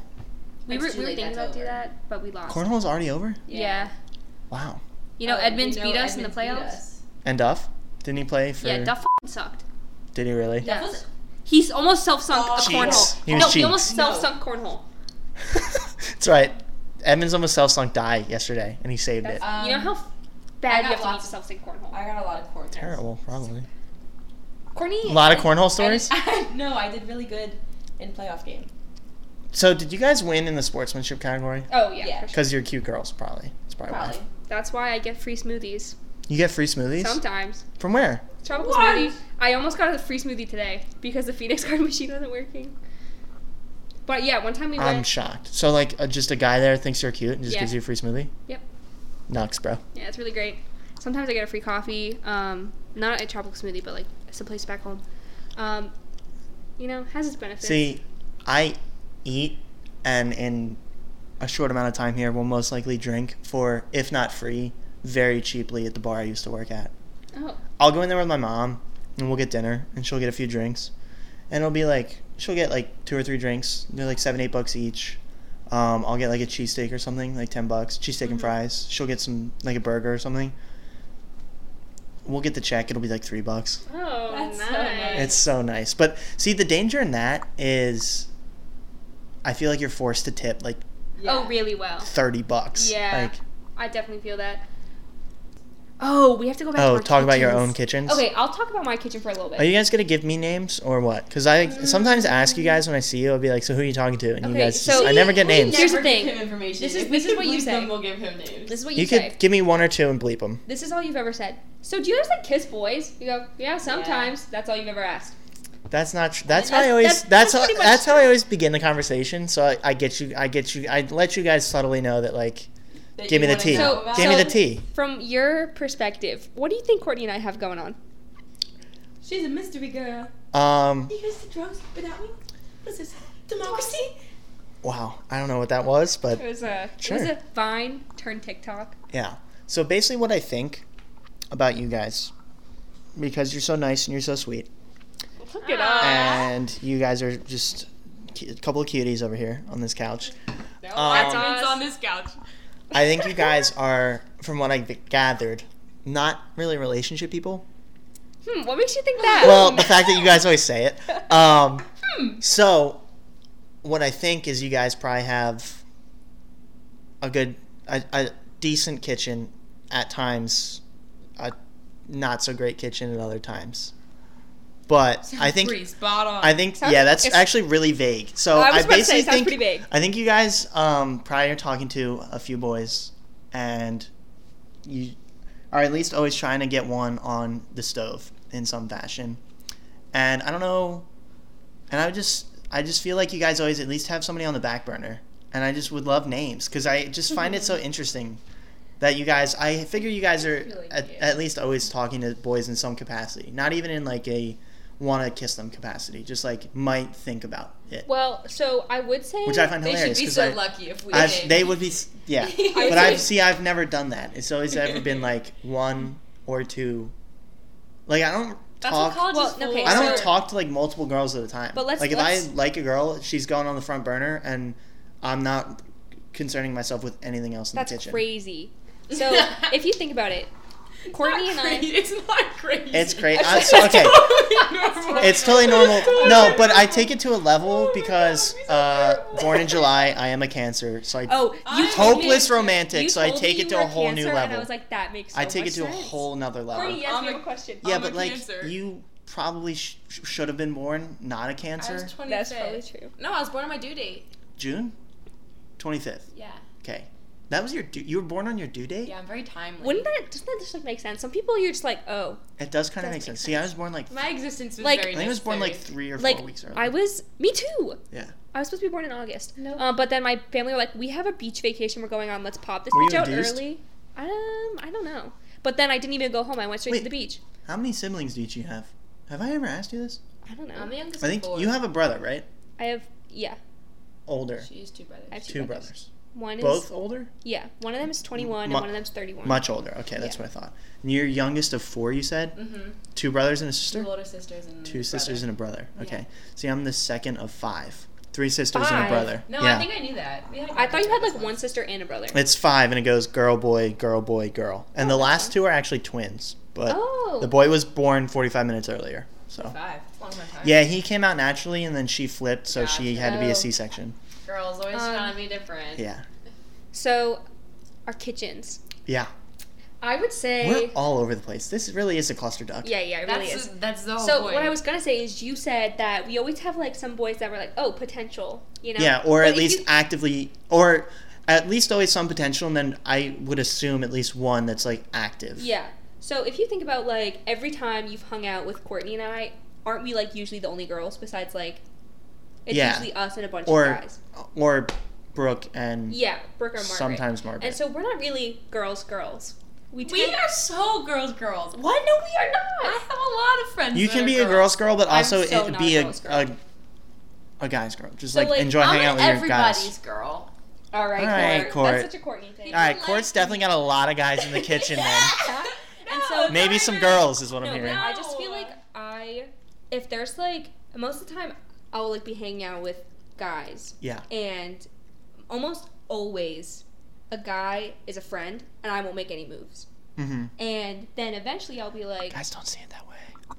S3: We
S7: It's
S3: were,
S7: too
S3: we were
S7: late,
S3: thinking about
S7: that's
S3: do
S7: over.
S3: that, but we lost.
S2: Cornhole's already over.
S3: Yeah.
S2: Wow.
S3: You know
S7: Oh,
S3: Edmonds
S7: you know
S3: beat us in the
S7: Edmonds beat
S3: playoffs.
S7: us.
S2: And Duff? Didn't he play for?
S3: Yeah, Duff f***ing sucked.
S2: Did he really?
S3: Yeah.
S7: That was-
S3: He's almost self sunk
S7: Oh.
S3: a
S7: Cheeks.
S3: cornhole.
S2: He
S3: no,
S2: was
S3: he
S2: cheeks.
S3: almost
S7: No.
S3: self sunk cornhole.
S2: [laughs] That's right. Edmonds almost self sunk die yesterday, and he saved it.
S3: That's-
S7: Um,
S3: you know how f-
S7: I
S3: bad
S7: got
S3: you have to be
S7: lots
S3: to
S7: of-
S3: self sunk
S7: I
S3: cornhole.
S7: got a lot of cornhole.
S2: Terrible, probably.
S3: Courtney.
S2: A lot of cornhole stories.
S7: no, [laughs] I did really good in playoff game.
S2: So, did you guys win in the sportsmanship category?
S3: Oh
S7: Yeah.
S3: yeah. for sure.
S2: Because you're cute girls, probably. That's probably,
S7: Probably.
S2: why.
S3: That's why I get free smoothies
S2: You get free smoothies
S3: sometimes.
S2: from where?
S3: Tropical
S1: What?
S3: smoothie. I almost got a free smoothie today because the Phoenix [laughs] card machine wasn't working. But yeah, one time we
S2: I'm
S3: went.
S2: shocked. So, like, uh, just a guy there thinks you're cute and just
S3: Yeah.
S2: gives you a free smoothie.
S3: Yep.
S2: Knox, bro.
S3: yeah, it's really great. Sometimes I get a free coffee. Um, not a tropical smoothie, but like someplace back home. Um, you know, has its benefits.
S2: See, I eat, and in a short amount of time here, will most likely drink for, if not free, very cheaply at the bar I used to work at.
S3: Oh.
S2: I'll go in there with my mom, and we'll get dinner, and she'll get a few drinks, and it'll be like she'll get like two or three drinks. They're like seven, eight bucks each. Um, I'll get like a cheesesteak or something, like ten bucks, cheesesteak
S3: Mm-hmm.
S2: and fries. She'll get some like a burger or something. We'll get the check. It'll be like three bucks.
S3: Oh,
S7: That's so
S3: nice.
S7: nice.
S2: It's so nice. But see, the danger in that is, I feel like you're forced to tip like
S3: Oh, really well.
S2: thirty bucks.
S3: Yeah.
S2: Like,
S3: I definitely feel that. Oh, we have to go back. to
S2: oh,
S3: our
S2: talk about your own
S3: kitchens.
S2: kitchens.
S3: Okay, I'll talk about my kitchen for a little bit.
S2: Are you guys gonna give me names or what? Because I sometimes ask you guys when I see you, I'll be like, "So who are you talking to?" And you
S3: Okay,
S2: guys,
S3: so-
S2: just, I never get
S7: We
S2: names.
S3: Here's the
S7: never give
S3: thing.
S7: him information.
S3: This is-
S7: If we
S3: this is
S7: can
S3: what you
S7: bleep
S3: say.
S7: them, We'll give him names.
S3: this is what you,
S2: You
S3: say.
S2: could give me one or two and bleep them.
S3: This is all you've ever said. So do you guys like kiss boys? You go, yeah, sometimes. That's all you've ever asked.
S2: That's not. Tr- that's, how I
S3: That's-
S2: always.
S3: that's-
S2: That's
S3: that's pretty
S2: how.
S3: much
S2: That's how I
S3: true.
S2: always begin the conversation. So I, I get you. I get you. I let you guys subtly know that like,
S7: That
S2: give me
S7: you
S2: the
S7: wanna
S2: tea.
S7: know
S3: So-
S7: about.
S2: give me the
S3: so-
S2: tea.
S3: From your perspective, what do you think Courtney and I have going on?
S7: She's a mystery girl.
S2: Um.
S7: You use the drugs without me? What's this? Democracy?
S2: Wow. I don't know what that was, but
S3: It was a
S2: Sure.
S3: it was a Vine turned TikTok.
S2: Yeah. So basically, what I think about you guys, because you're so nice and you're so sweet,
S4: Look at
S1: Uh,
S3: uh,
S4: us.
S2: and you guys are just cu- a couple of cuties over here on this couch.
S3: that's
S2: Um,
S1: It's on this couch.
S2: I think you guys are, from what I gathered, not really relationship people.
S3: Hmm, what makes you think that? Hmm.
S2: Well, the fact that you guys always
S3: [laughs]
S2: say it. Um, so, what I think is you guys probably have a good, a, a decent kitchen at times, a not so great kitchen at other times. But I think
S1: Pretty spot on.
S2: I think
S3: Sounds
S2: yeah,
S3: like
S2: that's
S3: it's- Oh,
S2: actually really vague. So
S3: I
S2: I,
S3: was about to say,
S2: basically
S3: it sounds
S2: think
S3: pretty vague.
S2: I think you guys um, probably are talking to a few boys, and you are at least always trying to get one on the stove in some fashion. And I don't know, and I would just I just feel like you guys always at least have somebody on the back burner, and I just would love names because I just
S7: [laughs]
S2: find it so interesting that you guys I figure you guys are
S7: feel like
S2: at,
S7: you.
S2: at least always talking to boys in some capacity, not even in like a want to kiss them capacity, just like might think about it,
S3: well, so I would say
S2: which I find
S7: They should
S2: hilarious
S7: be
S2: because
S7: so lucky if we
S2: I've,
S7: did.
S2: they would
S1: [laughs]
S2: be s- yeah.
S3: [laughs] I would
S2: But
S3: say-
S2: I've see I've never done that. It's always
S3: [laughs]
S2: ever been like one or two. Like I don't
S7: That's
S2: talk.
S7: what college
S3: Well,
S7: is for.
S3: okay,
S2: I don't
S3: so-
S2: talk to like multiple girls at a time.
S3: But let's-
S2: like if
S3: let's-
S2: I like a girl, she's going on the front burner, and I'm not concerning myself with anything else in
S3: that's
S2: the kitchen.
S3: crazy. So if you think about it,
S7: It's
S3: Courtney
S7: not
S3: and I-
S7: crazy. It's not crazy.
S2: It's
S3: [laughs]
S2: crazy. I'm so- okay.
S7: Totally normal.
S2: It's totally normal.
S3: [laughs]
S2: No, but I take it to a
S3: Oh
S2: level because uh, born in July, I am a Cancer, so I
S3: oh, you
S7: I'm
S3: told
S2: hopeless
S3: me-
S2: romantic.
S3: you
S2: so I
S3: told
S2: take
S3: me
S2: it
S3: you
S2: to a
S3: were
S2: whole new
S3: cancer,
S2: level.
S3: And I was like, that makes. So
S2: I take
S3: much
S2: it to a
S3: sense.
S2: whole nother level.
S3: Courtney, yes,
S7: I'm
S3: we
S7: a-
S3: have a question.
S2: yeah,
S1: I'm a
S2: but like
S1: Cancer.
S2: you probably sh- sh- should have been born not a
S7: I
S2: Cancer.
S7: was 25.
S3: That's probably true.
S1: No, I was born on my due date.
S2: June, twenty fifth.
S1: Yeah.
S2: Okay, that was your. Du- you were born on your due date.
S1: Yeah, I'm very timely.
S3: Wouldn't that doesn't that just like make sense? Some people you're just like, oh,
S2: It does kind of
S3: Does make
S2: make sense. See, I was born like
S1: My existence was
S3: Like-
S1: very
S2: I think I was born like
S1: necessary.
S2: three or four
S3: like
S2: weeks early.
S3: I was me too.
S2: yeah.
S3: I was supposed to be born in August. No. Um, but then my family were like, we have a beach vacation we're going on. Let's pop this
S2: Were
S3: beach
S2: you
S3: out
S2: induced?
S3: early. Um, I don't know. But then I didn't even go home. I went straight
S2: Wait.
S3: to the beach.
S2: How many siblings did you have? Have I ever asked you this?
S3: I don't know.
S1: I'm the youngest
S2: I think
S1: of four.
S2: you have a brother, right?
S3: I have yeah.
S2: Older.
S1: She is two brothers.
S3: I have two,
S2: Two
S3: brothers.
S2: brothers.
S3: One is
S2: Both older?
S3: yeah. One of them is 21
S2: Mu-
S3: and one of them's 31.
S2: Much older. Okay, that's
S3: Yeah.
S2: what I thought. And you're youngest of four, you said?
S1: Mm-hmm.
S2: Two brothers and a
S1: Two
S2: sister?
S1: older sisters and
S2: Two sisters and a brother. Okay. See, I'm the second of five. Three sisters and
S3: Five?
S2: a brother.
S1: No,
S2: yeah.
S1: I think I knew that. We
S3: I thought you had like one sister and a brother.
S2: It's five, and it goes girl, boy, girl, boy, girl. And the
S3: Oh,
S2: last
S3: okay.
S2: two are actually twins, but
S3: Oh.
S2: the boy was born 45 minutes earlier. So.
S1: Five. It's a long time.
S2: Oh. Yeah, he came out naturally, and then she flipped, so she
S1: Gotcha.
S2: had to be
S3: Oh.
S2: a C-section.
S1: Girls always
S3: Um,
S1: trying to be different.
S2: Yeah,
S3: So our kitchens.
S2: yeah.
S3: I would say
S2: We're all over the place. This really is a cluster duck.
S3: yeah, yeah, it really
S1: That's
S3: is.
S1: that's the whole
S3: So
S1: point.
S3: what I was gonna say is, you said that we always have like some boys that were like, oh, potential, you know?
S2: Yeah, or
S3: But
S2: at
S3: if
S2: least
S3: you-
S2: actively, or at least always some potential, and then I would assume at least one that's like active.
S3: yeah. So if you think about like every time you've hung out with Courtney and I, aren't we like usually the only girls besides like? It's
S2: Yeah.
S3: usually us and a bunch
S2: Or-
S3: of guys.
S2: Or Brooke and
S3: Yeah, Brooke or Margaret.
S2: sometimes Margaret.
S3: And so we're not really girls, girls. We,
S1: we
S3: tend-
S1: are so girls, girls.
S3: What? No, we are
S1: I
S3: not.
S1: have a lot of friends.
S2: you
S1: that
S2: can
S1: are
S2: be
S1: girls.
S2: a girl's girl, but
S3: I'm
S2: also
S3: so
S2: it,
S3: not
S2: be
S3: a
S2: a,
S3: girl's girl.
S2: a a guy's girl. Just
S3: So,
S2: like,
S3: like,
S2: enjoy
S1: I'm
S2: hanging out
S1: an
S2: with your guys.
S1: everybody's girl.
S3: All right,
S2: All right,
S3: Court.
S2: Court.
S3: That's such a Courtney thing.
S2: All right, Court's definitely got a lot of guys in the kitchen. Then
S3: [laughs] And so
S2: maybe some girls is what I'm
S3: No,
S2: hearing.
S3: but I just feel like I, if there's like most of the time, I'll like be hanging out with guys,
S2: Yeah.
S3: and almost always, a guy is a friend, and I won't make any moves.
S2: Mm-hmm.
S3: And then eventually, I'll be like,
S2: Guys don't see it that way.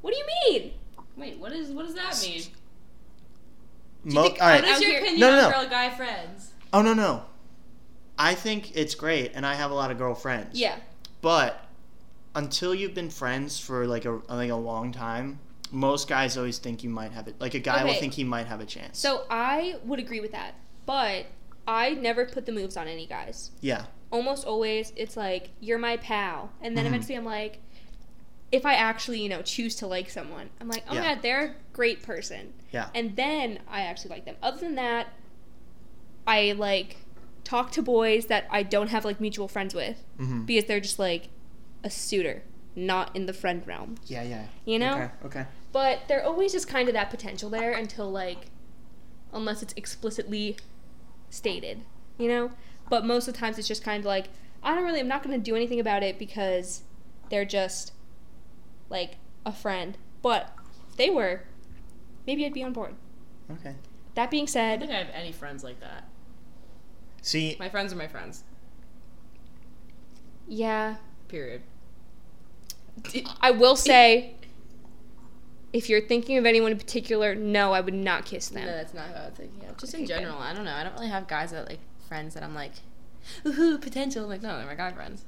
S3: "What do you mean?"
S1: Wait, what is what does that mean?
S2: Mo- all right.
S1: What is
S3: Out
S1: your
S3: here-
S1: opinion
S2: No, no,
S1: on
S2: no.
S1: girl guy friends?
S2: Oh no no. I think it's great, and I have a lot of girlfriends.
S3: Yeah,
S2: But until you've been friends for like a like a long time, most guys always think you might have it. Like a guy will
S3: Okay.
S2: think he might have a chance.
S3: so I would agree with that, but I never put the moves on any guys.
S2: yeah.
S3: almost always it's like you're my pal and then
S2: Mhm.
S3: eventually i'm like if i actually you know choose to like someone i'm like oh my
S2: Yeah.
S3: god they're a great person
S2: Yeah.
S3: and then i actually like them other than that i like talk to boys that i don't have like mutual friends with
S2: Mm-hmm.
S3: because they're just like a suitor not in the friend realm
S2: Yeah, yeah.
S3: you know
S2: Okay. Okay.
S3: but they're always just kind of that potential there until like unless it's explicitly stated you know but most of the times it's just kind of like i don't really i'm not going to do anything about it because they're just like a friend but they were, maybe I'd be on board.
S2: Okay.
S3: That being
S1: I don't
S3: said,
S1: think I have any friends like that.
S2: See,
S1: My friends are my friends.
S3: yeah,
S1: Period.
S3: I will say, if you're thinking of anyone in particular, no, I would not kiss
S7: No,
S3: them.
S2: Uh,
S7: that's not what I was thinking of. Just in
S3: Okay, good.
S7: general, I don't know. I don't really have guys that like friends that I'm like, ooh, potential. Like no, they're my guy friends.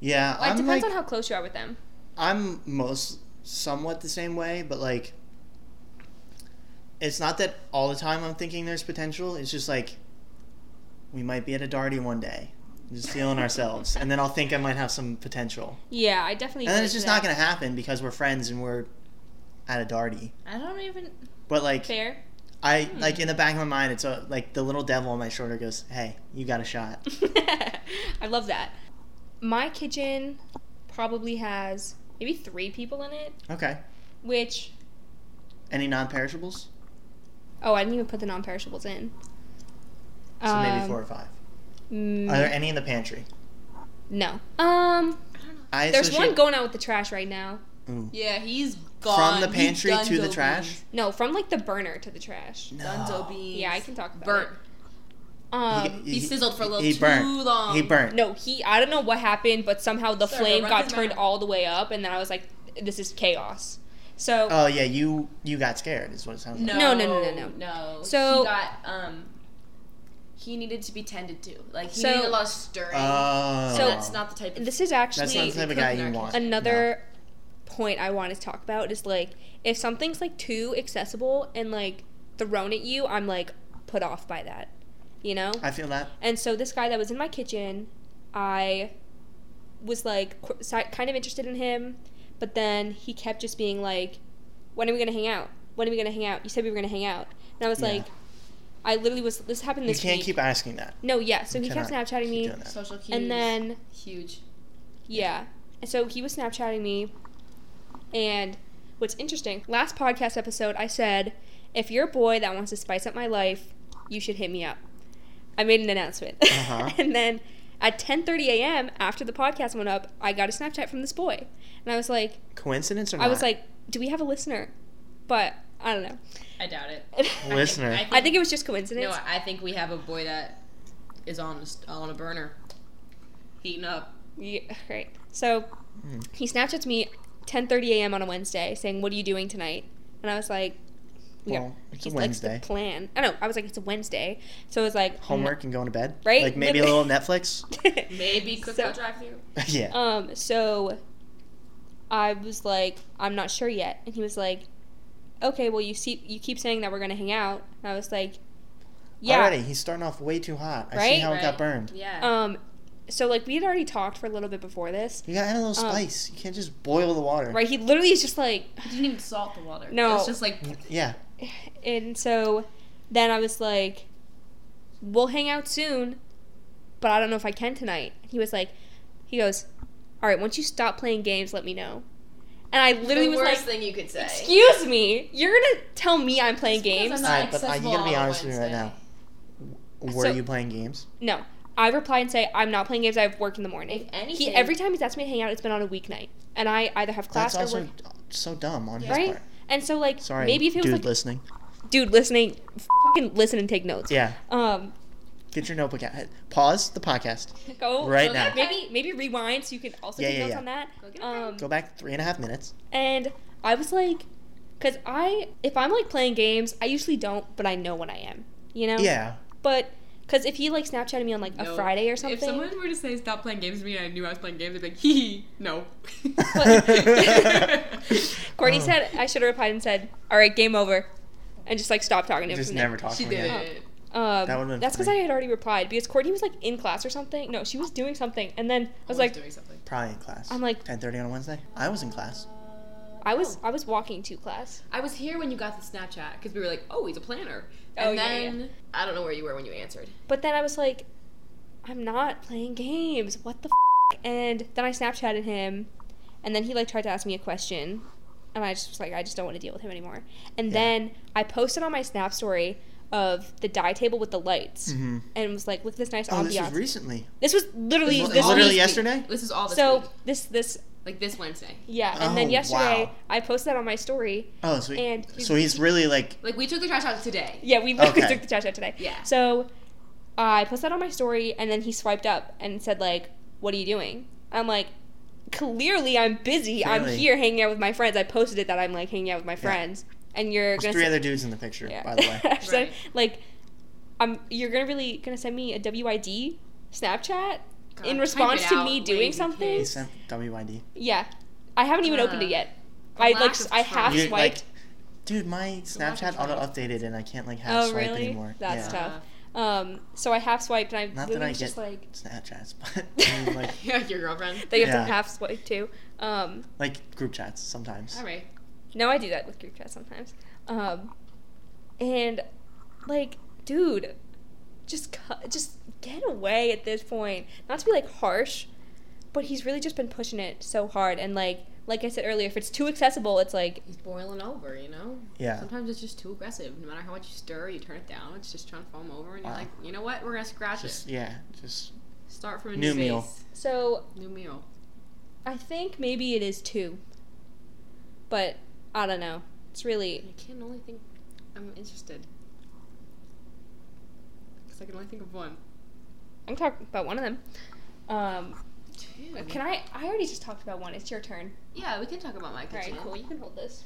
S2: yeah,
S3: Well, it
S2: I'm
S3: depends
S2: like
S3: on how close you are with them.
S2: I'm most somewhat the same way, but like it's not that all the time I'm thinking there's potential. It's just like we might be at a Darty one day, just feeling ourselves, and then I'll think I might have some
S3: [laughs]
S2: potential,
S3: Yeah, I definitely.
S2: and then
S3: go
S2: it's
S3: to
S2: just
S3: that.
S2: not gonna happen because we're friends and we're at a Darty.
S7: I don't even.
S2: But like
S3: fair. Hmm.
S2: I like in the back of my mind, it's a, like the little devil on my shoulder goes, "Hey, you got
S3: [laughs]
S2: a shot."
S3: I love that. My kitchen probably has maybe three people in it,
S2: Okay.
S3: which
S2: Any non-perishables?
S3: oh, I didn't even put the non-perishables in.
S2: So maybe
S3: Um,
S2: four or five.
S3: mm,
S2: Are there any in the pantry?
S3: no. Um,
S2: I
S3: there's
S2: associate-
S3: one going out with the trash right now.
S2: Ooh.
S7: Yeah, he's
S2: gone. the He's pantry done to the Dobie. trash?
S3: No, from like the burner to the trash.
S2: No.
S3: Yeah, I can talk about
S7: Burnt.
S3: it. Um,
S7: He sizzled for a little
S2: he
S7: too
S2: burnt.
S7: long.
S2: He burnt.
S3: No, he. I don't know what happened, but somehow the
S7: Sir,
S3: flame
S7: run
S3: got
S7: his
S3: turned
S7: mouth.
S3: all the way up, and then I was like, "This is chaos." So
S2: Oh yeah, you you got scared is what it sounds like.
S7: No,
S3: No, no, no, no, no.
S7: no.
S3: So-
S7: he got um, he needed to be tended to. Like he
S3: So-
S7: needed a lot of stirring.
S2: Oh.
S3: So-
S7: that's not the type of
S3: this is actually
S2: That's not the type of guy you want.
S3: another point I want to talk about is like if something's like too accessible and like thrown at you, I'm like put off by that, you know.
S2: No. I feel that.
S3: And so this guy that was in my kitchen, I was like qu- si- kind of interested in him, but then he kept just being like, "When are we gonna hang out? When are we gonna hang out? You said we were gonna hang out." And I was
S2: Yeah.
S3: like, I literally was. This happened
S2: You
S3: this
S2: can't
S3: week.
S2: keep asking that.
S3: no, yeah. So
S2: You
S3: he kept
S2: cannot
S3: Snapchatting
S2: keep
S3: me,
S2: doing that.
S7: social cues.
S3: and then
S7: huge.
S3: yeah. And so he was Snapchatting me. And what's interesting, last podcast episode, I said, if you're a boy that wants to spice up my life, you should hit me up. I made an announcement.
S2: Uh-huh.
S3: [laughs] and then at 10:30 a.m. after the podcast went up, I got a Snapchat from this boy. And I was like,
S2: Coincidence or not?
S3: I was like, do we have a listener? But I don't know. [laughs]
S1: I doubt it.
S2: Listener.
S1: I think,
S3: I think it was just
S1: no.
S3: coincidence.
S1: I think we have a boy that is on on a burner, heating up.
S3: Yeah, right. So he Snapchats me 10:30 a.m. on a Wednesday saying, "What are you doing tonight?" And I was like, we got-
S2: well, it's a
S3: He's like, "It's
S2: Wednesday.
S3: the plan. I know. I was like, it's a Wednesday, so it was like "Hmm."
S2: Homework and going to bed.
S3: Right?
S2: Like maybe a little Netflix. [laughs]
S1: Maybe cook
S3: So-
S1: out drive through.
S2: yeah.
S3: [laughs] um. So I was like, I'm not sure yet, and he was like, Okay, well, you see, you keep saying that we're gonna hang out, and I was like, Yeah.
S2: Already, he's starting off way too hot. I see
S3: Right?
S2: how it got
S1: Right.
S2: burned.
S7: Yeah.
S3: Um. So like we had already talked for a little bit before this,
S2: You gotta add a little
S3: Um,
S2: spice. you can't just boil the water.
S3: right? He literally is just like,
S7: he didn't even salt the water.
S3: No.
S7: It was just like
S2: Yeah.
S3: and so then I was like, "We'll hang out soon, but I don't know if I can tonight." He was like, "He goes, all right, once you stop playing games, let me know." And I literally
S7: the
S3: was
S7: worst
S3: like,
S7: thing you could say.
S3: "Excuse me, you're gonna tell me I'm playing games?"
S2: not Alright, but, uh, you gotta be honest with me right now. Were
S3: So-
S2: you playing games?
S3: no, I reply and say, "I'm not playing games. I have work in the
S7: If
S3: morning."
S7: anything,
S3: He every time he's asked me to hang out, it's been on a weeknight, and I either have class
S2: That's
S3: or
S2: also
S3: work.
S2: so dumb on his
S3: Right?
S2: part.
S3: And so like
S2: Sorry,
S3: maybe if he was
S2: dude
S3: like,
S2: listening.
S3: "Dude, listening, fucking listen and take notes."
S2: Yeah.
S3: Um,
S2: Get your notebook out. Pause the podcast.
S1: Oh,
S3: go
S2: Right
S3: go
S2: now.
S3: back. Maybe maybe rewind so you can also
S2: Yeah,
S3: take
S2: yeah,
S3: notes
S2: yeah.
S3: on that. Um,
S2: Go back three and a half minutes.
S3: And I was like, because I, if I'm like playing games, I usually don't, but I know when I am, you know? [laughs]
S2: Yeah. [laughs]
S3: But, because if he like Snapchatted me on like
S1: No.
S3: a Friday or
S1: If
S3: something,
S1: someone were to say stop playing games with me and I knew I was playing games, I'd be like, hee hee,
S3: [laughs]
S1: no.
S3: Oh, Courtney
S2: Oh.
S3: said, I should have replied and said, all right, game over. And just like stop talking to him.
S2: Just
S3: from there.
S2: never talk
S1: she
S2: to me
S1: did
S2: again.
S1: it.
S3: Um,
S2: That would've been
S3: that's because I
S2: funny.
S3: had already replied because Courtney was like in class or something. No, she was doing something, and then I was like,
S1: doing something.
S2: Probably in class.
S3: I'm like-
S2: 10:30 on a Wednesday. I was in class.
S3: I was I was walking to class.
S1: I was here when you got the Snapchat because we were like, oh, he's a planner.
S3: Oh,
S1: And
S3: yeah, yeah.
S1: then I don't know where you were when you answered.
S3: But then I was like, I'm not playing games. What the f? And then I Snapchatted him, and then he like tried to ask me a question, and I just was like, I just don't want to deal with him anymore. And
S2: Yeah.
S3: then I posted on my Snap story of the die table with the lights,
S2: Mm-hmm.
S3: and was like, look at this nice
S2: Oh, this
S3: ambiance.
S2: was recently.
S3: This was literally
S2: Well,
S3: this
S2: literally
S3: week.
S2: yesterday.
S1: This is all this
S3: So
S1: week.
S3: this this
S1: Like this Wednesday.
S3: Yeah, and
S2: Oh,
S3: then yesterday
S2: wow.
S3: I posted that on my story.
S2: Oh, so he,
S3: And
S2: so he's really like
S1: Like we took the trash out today.
S3: Yeah, we [laughs] literally
S2: Okay.
S3: took the trash out today.
S1: Yeah.
S3: So I posted that on my story, and then he swiped up and said, like, what are you doing? I'm like, clearly I'm busy. I'm
S2: Clearly.
S3: here hanging out with my friends. I posted it that I'm, like, hanging out with my friends. And you're
S2: there's
S3: going
S2: three
S3: to...
S2: other dudes in the picture,
S3: Yeah.
S2: by the
S3: [laughs]
S2: way.
S3: so,
S1: Right.
S3: like, um, you're going to really... Going to send me a WID Snapchat
S1: God,
S3: in
S1: type
S3: response
S1: it
S3: to
S1: out,
S3: me doing
S1: lazy
S3: something?
S2: he
S1: kids.
S2: sent WYD.
S3: Yeah. I haven't even opened it
S1: Uh,
S3: yet.
S1: the
S3: I,
S1: lack
S3: like,
S1: of
S3: s- I
S1: time.
S3: half
S2: You,
S3: swiped.
S2: like, dude, my
S1: lack of
S2: Snapchat auto updated and I can't like half
S3: Oh,
S2: swipe
S3: really?
S2: anymore.
S3: That's
S2: yeah. [laughs]
S3: tough. Um, so I half swiped, and I
S2: Not that
S3: literally
S2: I
S3: was just
S2: get
S3: like
S2: Snapchats, [laughs] but I mean, like
S1: Yeah, your girlfriend.
S3: that you have
S2: Yeah.
S3: to half swipe too. Um,
S2: like group chats sometimes.
S1: All right.
S3: no, I do that with group chat sometimes. Um, and like, dude, just cu- just get away at this point. Not to be like harsh, but he's really just been pushing it so hard. And like, like I said earlier, if it's too accessible, it's like
S1: He's boiling over, you know?
S2: Yeah.
S1: Sometimes it's just too aggressive. No matter how much you stir, you turn it down. It's just trying to foam over, and you're
S2: Wow.
S1: like, you know what? We're gonna scratch
S2: Just
S1: it.
S2: yeah, just
S1: Start from a
S2: new
S1: new,
S2: meal.
S1: base.
S3: so.
S1: New meal.
S3: I think maybe it is two, but I don't know. It's really
S1: I can only think. I'm interested. Because I can only think of one.
S3: I'm talking about one of them. Um,
S1: Two.
S3: can I? I already just talked about one. It's your turn.
S1: Yeah, we can talk about my
S3: All right,
S1: kitchen. Um,
S3: cool. You can hold this.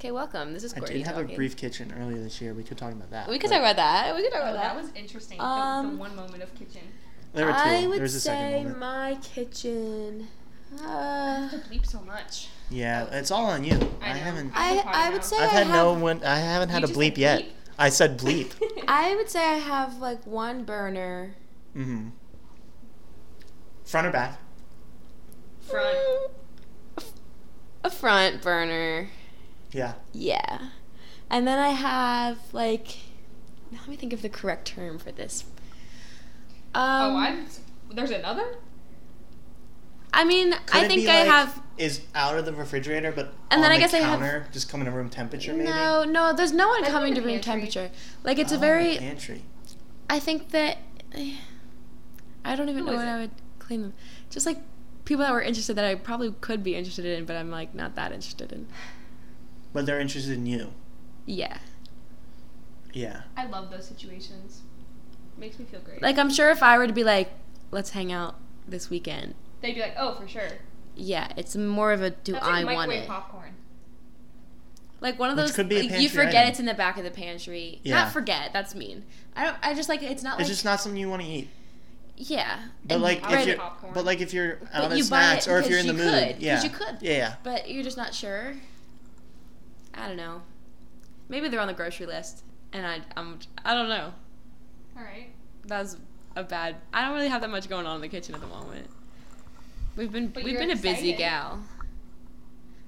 S1: Okay, welcome. This is
S2: I
S1: Courtney.
S2: did have
S1: talking.
S2: a brief kitchen earlier this year. We could talk about that.
S1: We could
S2: but
S1: talk about that. We could talk about that.
S3: was interesting.
S4: the Um,
S3: one moment of kitchen.
S2: There were two.
S4: I would
S2: there was a second
S4: say
S2: moment.
S4: my kitchen. Uh,
S3: bleep so much.
S2: Yeah, it's all on you. I,
S3: know.
S2: haven't.
S4: I
S3: That's
S4: I would
S3: fine
S4: say
S2: I've
S4: I
S2: had
S4: have,
S2: no one. I haven't had a bleep yet. I said bleep.
S4: I would say I have like one burner.
S2: mm-hmm. Front or back?
S7: Front.
S4: Mm, a f- A front burner.
S2: Yeah.
S4: Yeah. And then I have like now let me think of the correct term for this. Um,
S3: oh,
S4: I,
S3: I'm. There's another.
S4: mean,
S2: Could
S4: I
S2: it be,
S4: think I
S2: like,
S4: have
S2: is out of the refrigerator, but
S4: And
S2: on
S4: then I
S2: the
S4: guess I have-
S2: counter, just coming to room temperature, maybe.
S4: no, no. There's no one
S3: think
S4: coming
S3: the
S4: to room
S3: pantry.
S4: temperature. Like it's
S2: Oh,
S4: a very.
S2: pantry.
S4: I think that I don't even
S1: Who
S4: know
S1: is
S4: what
S1: it?
S4: I would claim them. Just like people that were interested that I probably could be interested in, but I'm like not that interested in.
S2: But they're interested in you.
S4: Yeah.
S2: Yeah.
S3: I love those situations. Makes me feel great.
S4: Like I'm sure if I were to be like, let's hang out this weekend.
S3: They'd be like, "Oh, for sure."
S4: Yeah, it's more of a do
S3: That's
S4: I
S3: like
S4: want
S3: microwave
S4: it?
S3: popcorn.
S4: Like one of
S2: Which
S4: those
S2: could be a
S4: like,
S2: pantry
S4: you forget
S2: item.
S4: it's in the back of the pantry.
S2: Yeah.
S4: Not forget, that's mean. I don't I just like it's not
S2: It's
S4: like
S2: just not something you want to eat.
S4: yeah.
S2: But
S4: And-
S2: like
S3: I
S2: if
S3: like
S2: you're,
S3: popcorn.
S2: but like if you're out of
S4: you buy
S2: snacks
S4: it
S2: or if
S4: because
S2: you're in the
S4: you
S2: mood,
S4: could, 'cause
S2: yeah,
S4: you could.
S2: yeah, yeah.
S4: but you're just not sure. I don't know. Maybe they're on the grocery list, and I I'm I don't know.
S3: All right.
S4: That's a bad. I don't really have that much going on in the kitchen at the moment. We've been
S3: But
S4: we've
S3: you're
S4: been a busy
S3: excited.
S4: gal.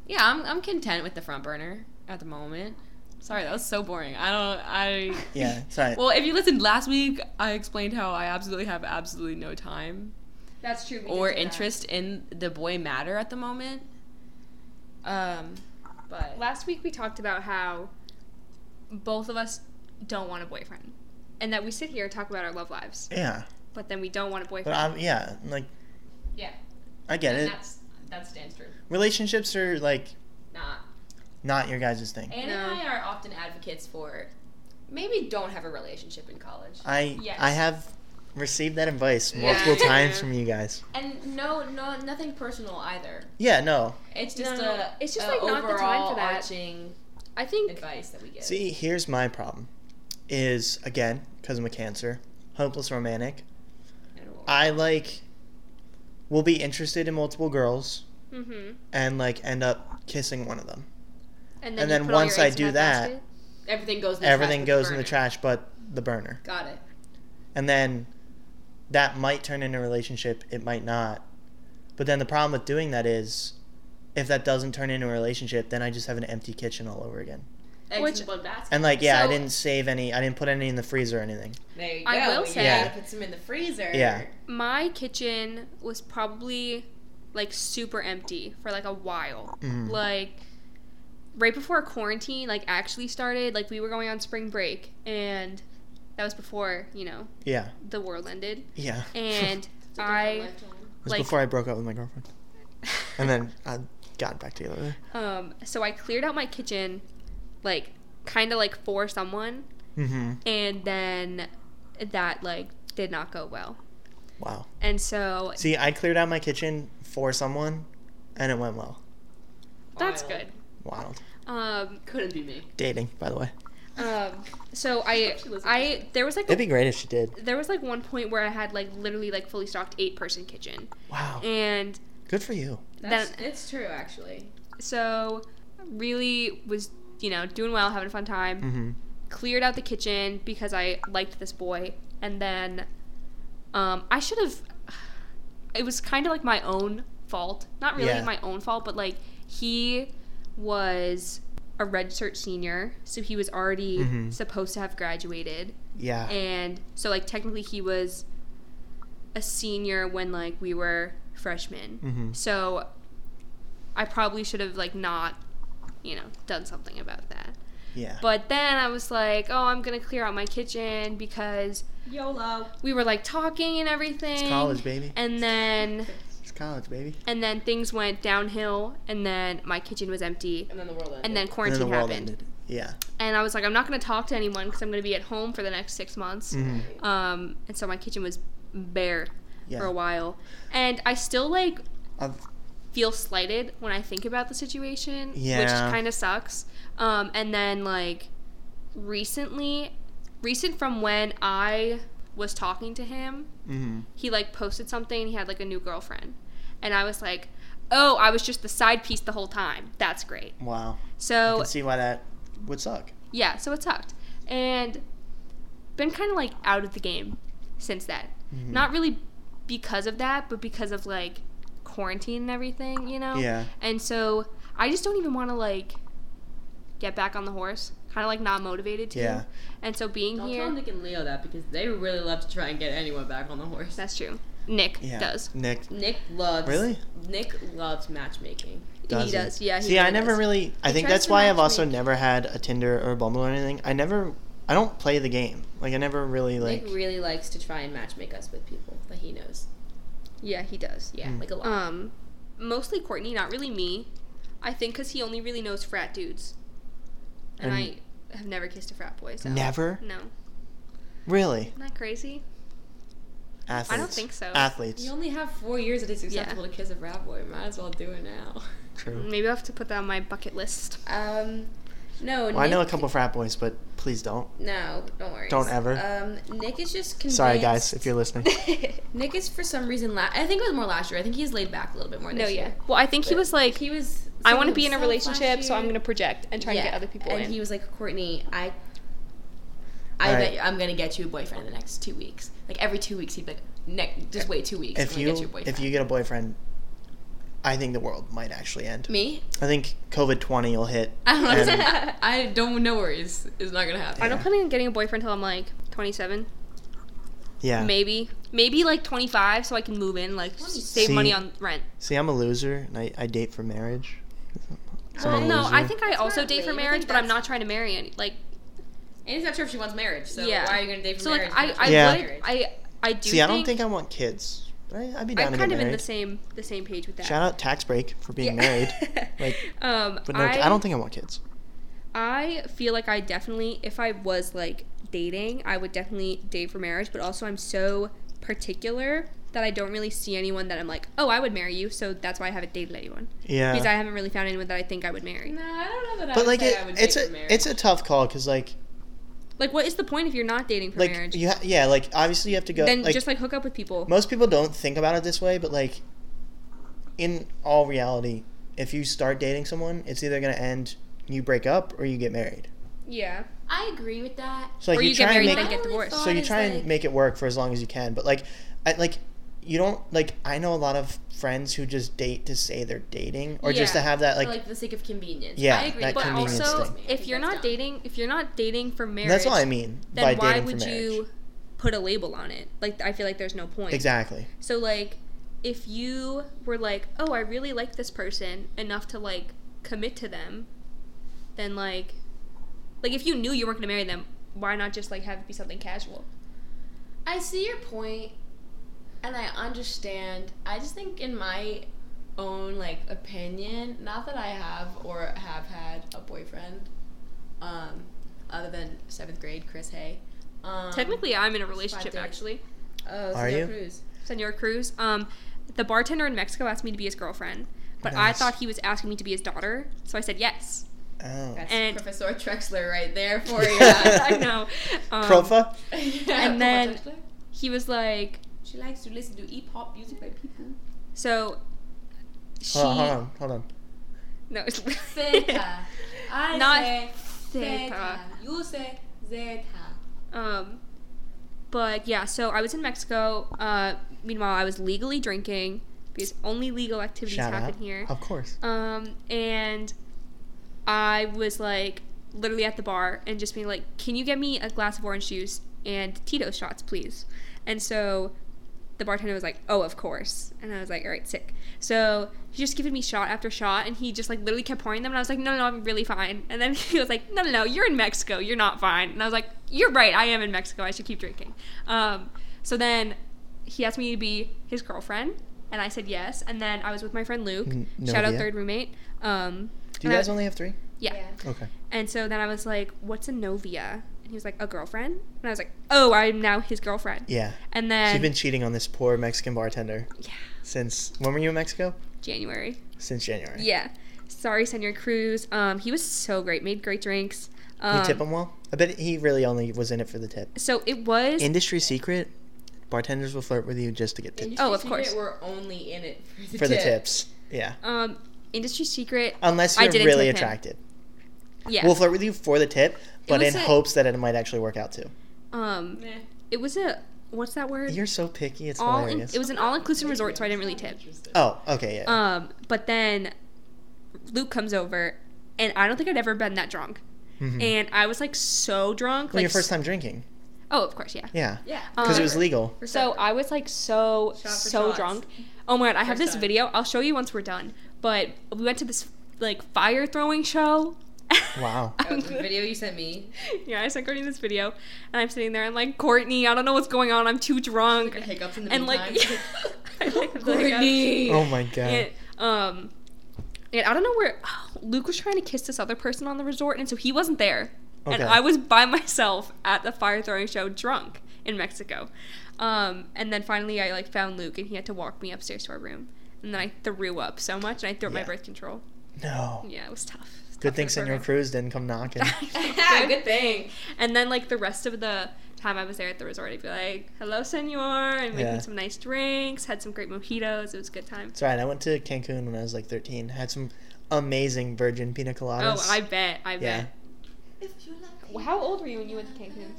S4: Yeah, I'm I'm content with the front burner at the moment. Sorry, that was so boring. I don't I
S1: [laughs]
S4: [laughs]
S2: Yeah, it's all right.
S4: Well, if you listened last week, I explained how I absolutely have absolutely no time
S3: That's true. we did
S4: or
S3: do that.
S4: interest in the boy matter at the moment. Um, but
S3: Last week we talked about how both of us don't want a boyfriend, and that we sit here and talk about our love lives,
S2: yeah,
S3: but then we don't want a
S2: but
S3: boyfriend.
S2: I'm, yeah, like
S1: Yeah.
S2: I get it.
S1: That's that stands true.
S2: Relationships are like
S1: Nah.
S2: not your guys' thing.
S1: Anne and I are often advocates for maybe don't have a relationship in college.
S2: I
S3: Yes.
S2: I have received that advice multiple
S4: [laughs]
S1: Yeah.
S2: times from you guys.
S1: And no, no, nothing personal either.
S2: Yeah, no.
S1: It's
S3: No,
S1: just
S3: no, no.
S1: a
S3: It's just,
S1: a
S3: like, not the time for
S1: overall
S3: that.
S1: Arching
S3: I think
S1: advice that we give.
S2: See, here's my problem. Is again because I'm a cancer, hopeless romantic. I like will be interested in multiple girls
S3: Mm-hmm.
S2: and like end up kissing one of them.
S3: And
S2: And
S3: you
S2: then
S3: put all
S2: once
S3: your
S2: I
S3: eggs in
S2: do that-
S3: basket?
S1: everything goes. In the
S2: Everything
S1: trash with
S2: goes in the
S1: burner.
S2: trash but the burner.
S1: Got it.
S2: And then that might turn into a relationship, it might not. But then the problem with doing that is if that doesn't turn into a relationship, then I just have an empty kitchen all over again.
S1: Eggs
S3: Which-
S1: in one basket.
S2: And like, yeah, I
S3: So-
S2: didn't save any, I didn't put any in the freezer or anything.
S1: there you
S3: I
S1: go.
S3: will
S1: You
S3: say-
S1: gotta put some in the freezer.
S2: Yeah.
S3: my kitchen was probably like super empty for like a while.
S2: Mhm.
S3: Like right before quarantine like actually started, like we were going on spring break and that was before, you know,
S2: Yeah,
S3: the world ended.
S2: yeah.
S3: And
S2: [laughs]
S1: It's a different
S3: I
S1: lifetime.
S2: it was
S3: like-
S2: before I broke up with my girlfriend. and then I got back together.
S3: [laughs] Um, so I cleared out my kitchen, like kind of like for someone,
S2: Mm-hmm.
S3: and then that like did not go well.
S2: Wow.
S3: And so
S2: See, I cleared out my kitchen for someone, and it went well.
S3: that's
S1: Wild.
S3: good.
S2: Wild.
S3: Um,
S1: Couldn't be me.
S2: Dating, by the way.
S3: um,
S1: [laughs]
S3: so I
S1: She wasn't
S3: I there was like
S2: It'd
S3: a,
S2: be great if she did.
S3: there was like one point where I had like literally like fully stocked eight person kitchen,
S2: Wow.
S3: and
S2: Good for you.
S1: That's,
S3: Then-
S1: it's true, actually.
S3: so really was you know doing well, having a fun time.
S2: Mm-hmm.
S3: cleared out the kitchen because I liked this boy, and then um, I should have. It was kind of like my own fault, not really
S2: Yeah.
S3: my own fault, but like he was a red cert senior, so he was already
S2: Mhm.
S3: supposed to have graduated,
S2: Yeah.
S3: and so like technically he was a senior when like we were freshmen.
S2: mm-hmm.
S3: So I probably should have like not, you know, done something about that.
S2: Yeah.
S3: But then I was like, oh, I'm gonna clear out my kitchen because
S1: YOLO.
S3: we were like talking and everything.
S2: it's college, baby.
S3: And then
S2: It's college, baby.
S3: and then things went downhill, and then my kitchen was empty,
S1: And then the world ended.
S3: and then
S2: And
S3: quarantine
S2: then the world
S3: happened.
S2: ended. Yeah.
S3: And I was like, I'm not gonna talk to anyone because I'm gonna be at home for the next six months.
S2: Mm-hmm.
S3: Um, and so my kitchen was bare
S2: Yeah.
S3: for a while, and I still like
S2: I've-
S3: feel slighted when I think about the situation,
S2: Yeah.
S3: which kind of sucks. Um, and then like recently, recent from when I was talking to him,
S2: mhm.
S3: he like posted something. and He had like a new girlfriend, and I was like, "Oh, I was just the side piece the whole time. That's great."
S2: Wow. I
S3: So
S2: can see why that would suck.
S3: yeah, so it sucked, and been kind of like out of the game since that.
S2: Mhm.
S3: Not really because of that, but because of like quarantine and everything, you know.
S2: Yeah.
S3: And so I just don't even want to like get back on the horse. Kind of like not motivated to.
S2: Yeah.
S3: And so being
S1: Don't tell
S3: here,
S1: Nick and Leo that because they really love to try and get anyone back on the horse.
S3: that's true. Nick
S2: Yeah.
S3: does.
S2: Nick
S1: Nick loves.
S2: Really?
S1: Nick loves matchmaking.
S2: does.
S3: he does. Yeah. He
S2: See, I
S3: really
S2: never
S3: does.
S2: really. I
S3: He
S2: think
S3: tries
S2: that's
S3: to
S2: why I've
S3: match
S2: also
S3: make.
S2: never had a Tinder or a Bumble or anything. I never. I don't play the game. Like I never really like.
S1: Nick really likes to try and matchmake us with people that he knows.
S3: Yeah, he does.
S1: Yeah,
S2: Mm.
S1: like a lot.
S3: Um, mostly Courtney, not really me. I think because he only really knows frat dudes, and,
S2: And-
S3: I have never kissed a frat boy. So
S2: Never
S3: No,
S2: really
S3: isn't that crazy?
S2: athletes.
S3: think so.
S2: Athletes.
S1: you only have four years that it's acceptable
S3: Yeah.
S1: to kiss a frat boy. Might as well do it now.
S2: True.
S3: Maybe I'll have to put that on my bucket list.
S1: Um, no.
S2: Well, I know a couple frat boys, but please don't.
S1: No, don't worry.
S2: Don't ever.
S1: Um, Nick is just convinced.
S2: Sorry, guys, if
S3: [laughs]
S2: you're listening.
S1: [laughs] Nick is for some reason. La- I think it was more last year. I think he's laid back a little bit more.
S3: no,
S1: this
S3: yeah.
S1: year.
S3: Well, I think he
S1: But
S3: was like,
S1: he was.
S3: I want to
S1: so
S3: be in a
S1: himself last
S3: relationship, so I'm
S1: year.
S3: going to project and try
S1: Yeah,
S3: to get other people
S1: and
S3: in. [laughs]
S1: he was like, Courtney, I. I
S2: All
S1: bet
S2: right.
S1: you I'm gonna get you a boyfriend in the next two weeks. Like every two weeks, he'd be like, "Nick, just wait two weeks. I'm
S2: If
S1: gonna get you a
S2: you
S1: boyfriend."
S2: if you get a boyfriend, I think the world might actually end.
S1: me, [laughs]
S2: I think COVID twenty will hit.
S1: I don't.
S2: and-
S1: Know, I don't. No worries, it's not gonna happen.
S3: I don't plan on getting a boyfriend until I'm like 27,
S2: yeah.
S3: maybe, maybe like 25, so I can move in, like s- save
S2: See-
S3: money on rent.
S2: See, I'm a loser, and I, I date for marriage. So I'm a
S3: Well, no, I
S2: loser.
S3: think I also
S1: not
S3: date for
S1: lame. I
S3: marriage,
S1: think
S3: but I'm
S1: that's-
S3: not trying to marry any. Like,
S1: And he's not sure if she wants marriage. So
S3: yeah.
S1: why are you gonna date for
S3: so
S1: marriage?
S3: like, I, I
S2: Yeah.
S3: would, I, I do.
S2: See, I don't think I want kids. but I, I'd be down
S3: I'm
S2: to
S3: kind
S2: get
S3: of in the
S2: married.
S3: same the same page with that.
S2: Shout out tax break for being
S3: Yeah. [laughs]
S2: married. Like,
S3: um,
S2: But no, I, don't think I want kids.
S3: I feel like I definitely, if I was like dating, I would definitely date for marriage, but also I'm so particular that I don't really see anyone that I'm like, oh, I would marry you, so that's why I haven't dated anyone.
S2: Yeah.
S3: Because I haven't really found anyone that I think I would marry.
S1: No, I don't know that. I
S2: but
S1: would
S2: like
S1: say
S2: it,
S1: I would
S2: it's
S1: date
S2: a
S1: for marriage.
S2: it's a tough call because like
S3: Like, what is the point if you're not dating for
S2: like
S3: marriage?
S2: you ha- yeah like obviously you have to go
S3: then
S2: like,
S3: just like hook up with people.
S2: most people don't think about it this way but like in all reality if you start dating someone it's either gonna end you break up or you get married
S3: yeah.
S1: I agree with that.
S2: so like
S3: or
S2: you,
S3: you, get
S2: try
S3: married
S2: and
S3: and
S2: make
S3: get
S1: I only
S3: divorced.
S1: thought-
S2: so you
S1: is,
S2: try and
S1: like-
S2: make it work for as long as you can but like I like you don't like I know a lot of friends who just date to say they're dating or just to
S3: Yeah.
S2: have that
S1: Like,
S2: like,
S1: like for the sake of convenience.
S2: Yeah,
S1: I agree. with
S2: that
S3: but
S1: that.
S2: convenience
S3: also,
S2: thing.
S3: if you're not dating, if you're not dating for marriage,
S2: that's all I mean by
S3: then why
S2: dating
S3: would
S2: for marriage
S3: you put a label on it? Like, I feel like there's no point.
S2: exactly
S3: So like if you were like, "Oh, I really like this person enough to like commit to them," then like like if you knew you weren't going to marry them, why not just like have it be something casual?
S1: I see your point, and I understand. I just think in my own like opinion. Not that I have or have had a boyfriend, um, other than seventh grade Chris Hay. Um,
S3: Technically, I'm in a relationship
S1: days.
S3: actually.
S1: oh,
S2: Are
S1: Senor
S2: you?
S1: Cruz.
S3: Senor Cruz. Um, the bartender in Mexico asked me to be his girlfriend, but
S2: Nice.
S3: I thought he was asking me to be his daughter, so I said
S2: [laughs]
S3: yes.
S2: Oh.
S1: That's
S3: And-
S1: Professor Trexler right there
S2: [laughs]
S1: [laughs] for you.
S3: I know. Um,
S2: Profa?
S1: Yeah,
S3: And then-
S1: Professor Trexler?
S3: He was like,
S7: She likes to listen to hip hop music by people.
S3: so. Um, She,
S2: Hold on, hold on, hold on.
S3: No, [laughs] it's
S7: Zeta. I
S3: Not
S7: say
S3: Zeta.
S7: Zeta. You say Zeta.
S3: Um, but yeah, so I was in Mexico. Uh, meanwhile, I was legally drinking because only legal activities
S2: Shout
S3: happen
S2: out.
S3: here.
S2: Of course.
S3: Um, and I was like literally at the bar and just being like, "Can you get me a glass of orange juice and Tito shots, please?" And so the bartender was like, "Oh, of course." And I was like, "All right, sick." So he just giving me shot after shot, and he just like literally kept pouring them, and I was like, "No, no, no, I'm really fine." And then [laughs] he was like, "No, no, no, you're in Mexico, you're not fine." And I was like, "You're right, I am in Mexico. I should keep drinking." Um, so then he asked me to be his girlfriend, and I said yes. And then I was with my friend Luke.
S2: N- no
S3: Shout out
S2: idea.
S3: third roommate. Um,
S2: Do you
S3: and I-
S2: guys only have three?
S3: yeah.
S2: Okay.
S3: And so then I was like, "What's a novia?" And he was like, "A girlfriend." And I was like, "Oh, I'm now his girlfriend."
S2: Yeah.
S3: And
S2: So
S3: then
S2: you've been cheating on this poor Mexican bartender
S3: yeah,
S2: since when were you in Mexico?
S3: January.
S2: Since January.
S3: Yeah. Sorry, Senor Cruz. Um, he was so great. Made great drinks. Um,
S2: You tip him well? I bet he really only was in it for the tip.
S3: So it was.
S2: Industry secret: bartenders will flirt with you just to get tips
S1: Industry
S3: Oh, of
S1: Secret,
S3: course.
S1: We're only in it for the
S2: for the
S1: tips.
S2: tips. Yeah,
S3: um, industry secret.
S2: unless
S3: I
S2: you're
S3: didn't
S2: really
S3: tip him.
S2: attracted,
S3: Yeah.
S2: Uh, we'll flirt with you for the tip, but
S1: was
S2: in
S1: a-
S2: hopes that it might actually work out too.
S3: um,
S7: Meh.
S3: it was a what's that word?
S2: You're so picky; it's
S3: all in,
S2: hilarious.
S3: it was an all-inclusive resort, so I didn't really tip.
S2: oh, okay, yeah.
S3: Um, but then Luke comes over, and I don't think I'd ever been that drunk.
S2: Mhm.
S3: And I was like so drunk,
S2: well,
S3: like
S2: your first time drinking,
S3: Oh, of course, yeah.
S2: yeah,
S7: Yeah.
S2: because
S3: Um,
S2: it was legal.
S3: So I was like so
S7: Shot for
S3: so
S7: shots.
S3: drunk. Oh my god, I have
S7: First
S3: this
S7: time.
S3: video. I'll show you once we're done. But we went to this like fire throwing show. [laughs]
S2: Wow.
S7: Oh,
S1: [laughs]
S7: the video you sent me.
S3: yeah, I sent Courtney this video, and I'm sitting there and like Courtney, I don't know what's going on. I'm too drunk.
S7: The hiccups in the
S3: and like,
S7: meantime.
S3: [laughs] I, like, uh,
S7: [laughs]
S3: the
S7: Courtney.
S2: Oh my god.
S3: And, um, and I don't know where [sighs] Luke was trying to kiss this other person on the resort, and so he wasn't there, and
S2: Okay.
S3: I was by [laughs] myself at the fire throwing show, drunk in Mexico. Um, and then finally, I like found Luke, and he had to walk me upstairs to our room, and then I threw up so much, and I threw up my
S2: Yeah.
S3: birth control.
S2: no.
S3: Yeah, it was tough. It was
S2: Good
S3: tough
S2: thing
S3: for
S2: Senor
S3: [laughs] her.
S2: Cruz didn't come
S7: [laughs]
S2: knocking.
S3: [laughs]
S7: Good thing.
S3: And then like the rest of the time I was there at the resort, I'd be like, "Hello, Senor," and making
S2: Yeah.
S3: some nice drinks, had some great mojitos. It was a good time.
S2: it's alright. I went to Cancun when I was like 13. Had some amazing virgin pina coladas.
S3: Oh, I bet, I
S2: yeah.
S3: bet. Well, How old were you when you went to Cancun?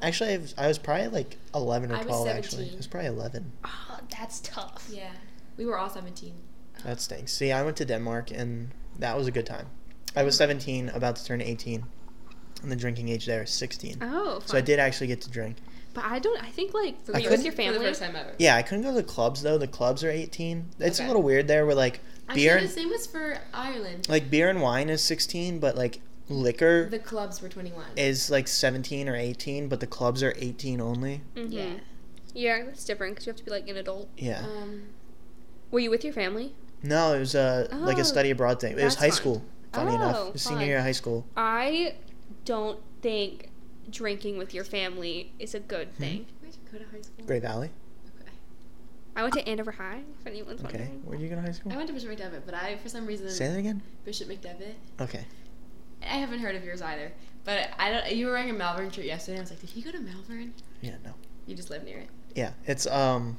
S2: Actually, I was, I was probably like 11 or
S1: I was
S2: 12, actually. I
S1: 17.
S2: was probably 11.
S3: Oh, that's tough.
S1: Yeah, we were all seventeen.
S2: That stinks. See, I went to Denmark, and that was a good time. I was 17, about to turn 18, and the drinking age there is 16.
S3: Oh, fun.
S2: So I did actually get to drink.
S3: But I don't. I think like for
S2: I
S3: you with
S2: couldn't-
S3: your
S1: For the
S3: family.
S1: first time ever.
S2: Yeah, I couldn't go to the clubs though. The clubs are 18. It's a
S1: Okay.
S2: little weird there. Where like
S1: Actually,
S2: beer,
S1: the
S2: and,
S1: same was for Ireland.
S2: like beer and wine is 16, but like liquor
S1: The clubs were twenty-one.
S2: is like 17 or 18, but the clubs are 18 only.
S3: Mhm.
S1: Yeah.
S3: Yeah, that's different because you have to be like an adult.
S2: Yeah.
S1: Um,
S3: Were you with your family?
S2: No, it was uh, like
S3: Oh,
S2: a study abroad thing. It was
S3: that's
S2: high
S3: fun.
S2: school. Funny enough,
S3: Oh,
S2: It was senior
S3: fun.
S2: year of high school.
S3: I don't think drinking with your family is a good
S2: Hmm.
S3: thing.
S1: where'd you go to high school?
S2: Great Valley.
S1: Okay.
S3: I went to Andover High. If anyone's
S2: Okay.
S3: wondering.
S2: Where'd you go to high school?
S1: I went to Bishop McDevitt, but I, for some reason,
S2: Say that again.
S1: Bishop McDevitt.
S2: Okay.
S1: I haven't heard of yours either. But I don't. You were wearing a Malvern shirt yesterday. I was like, did he go to Malvern?
S2: Yeah. No.
S1: You just live near it.
S2: Yeah, it's um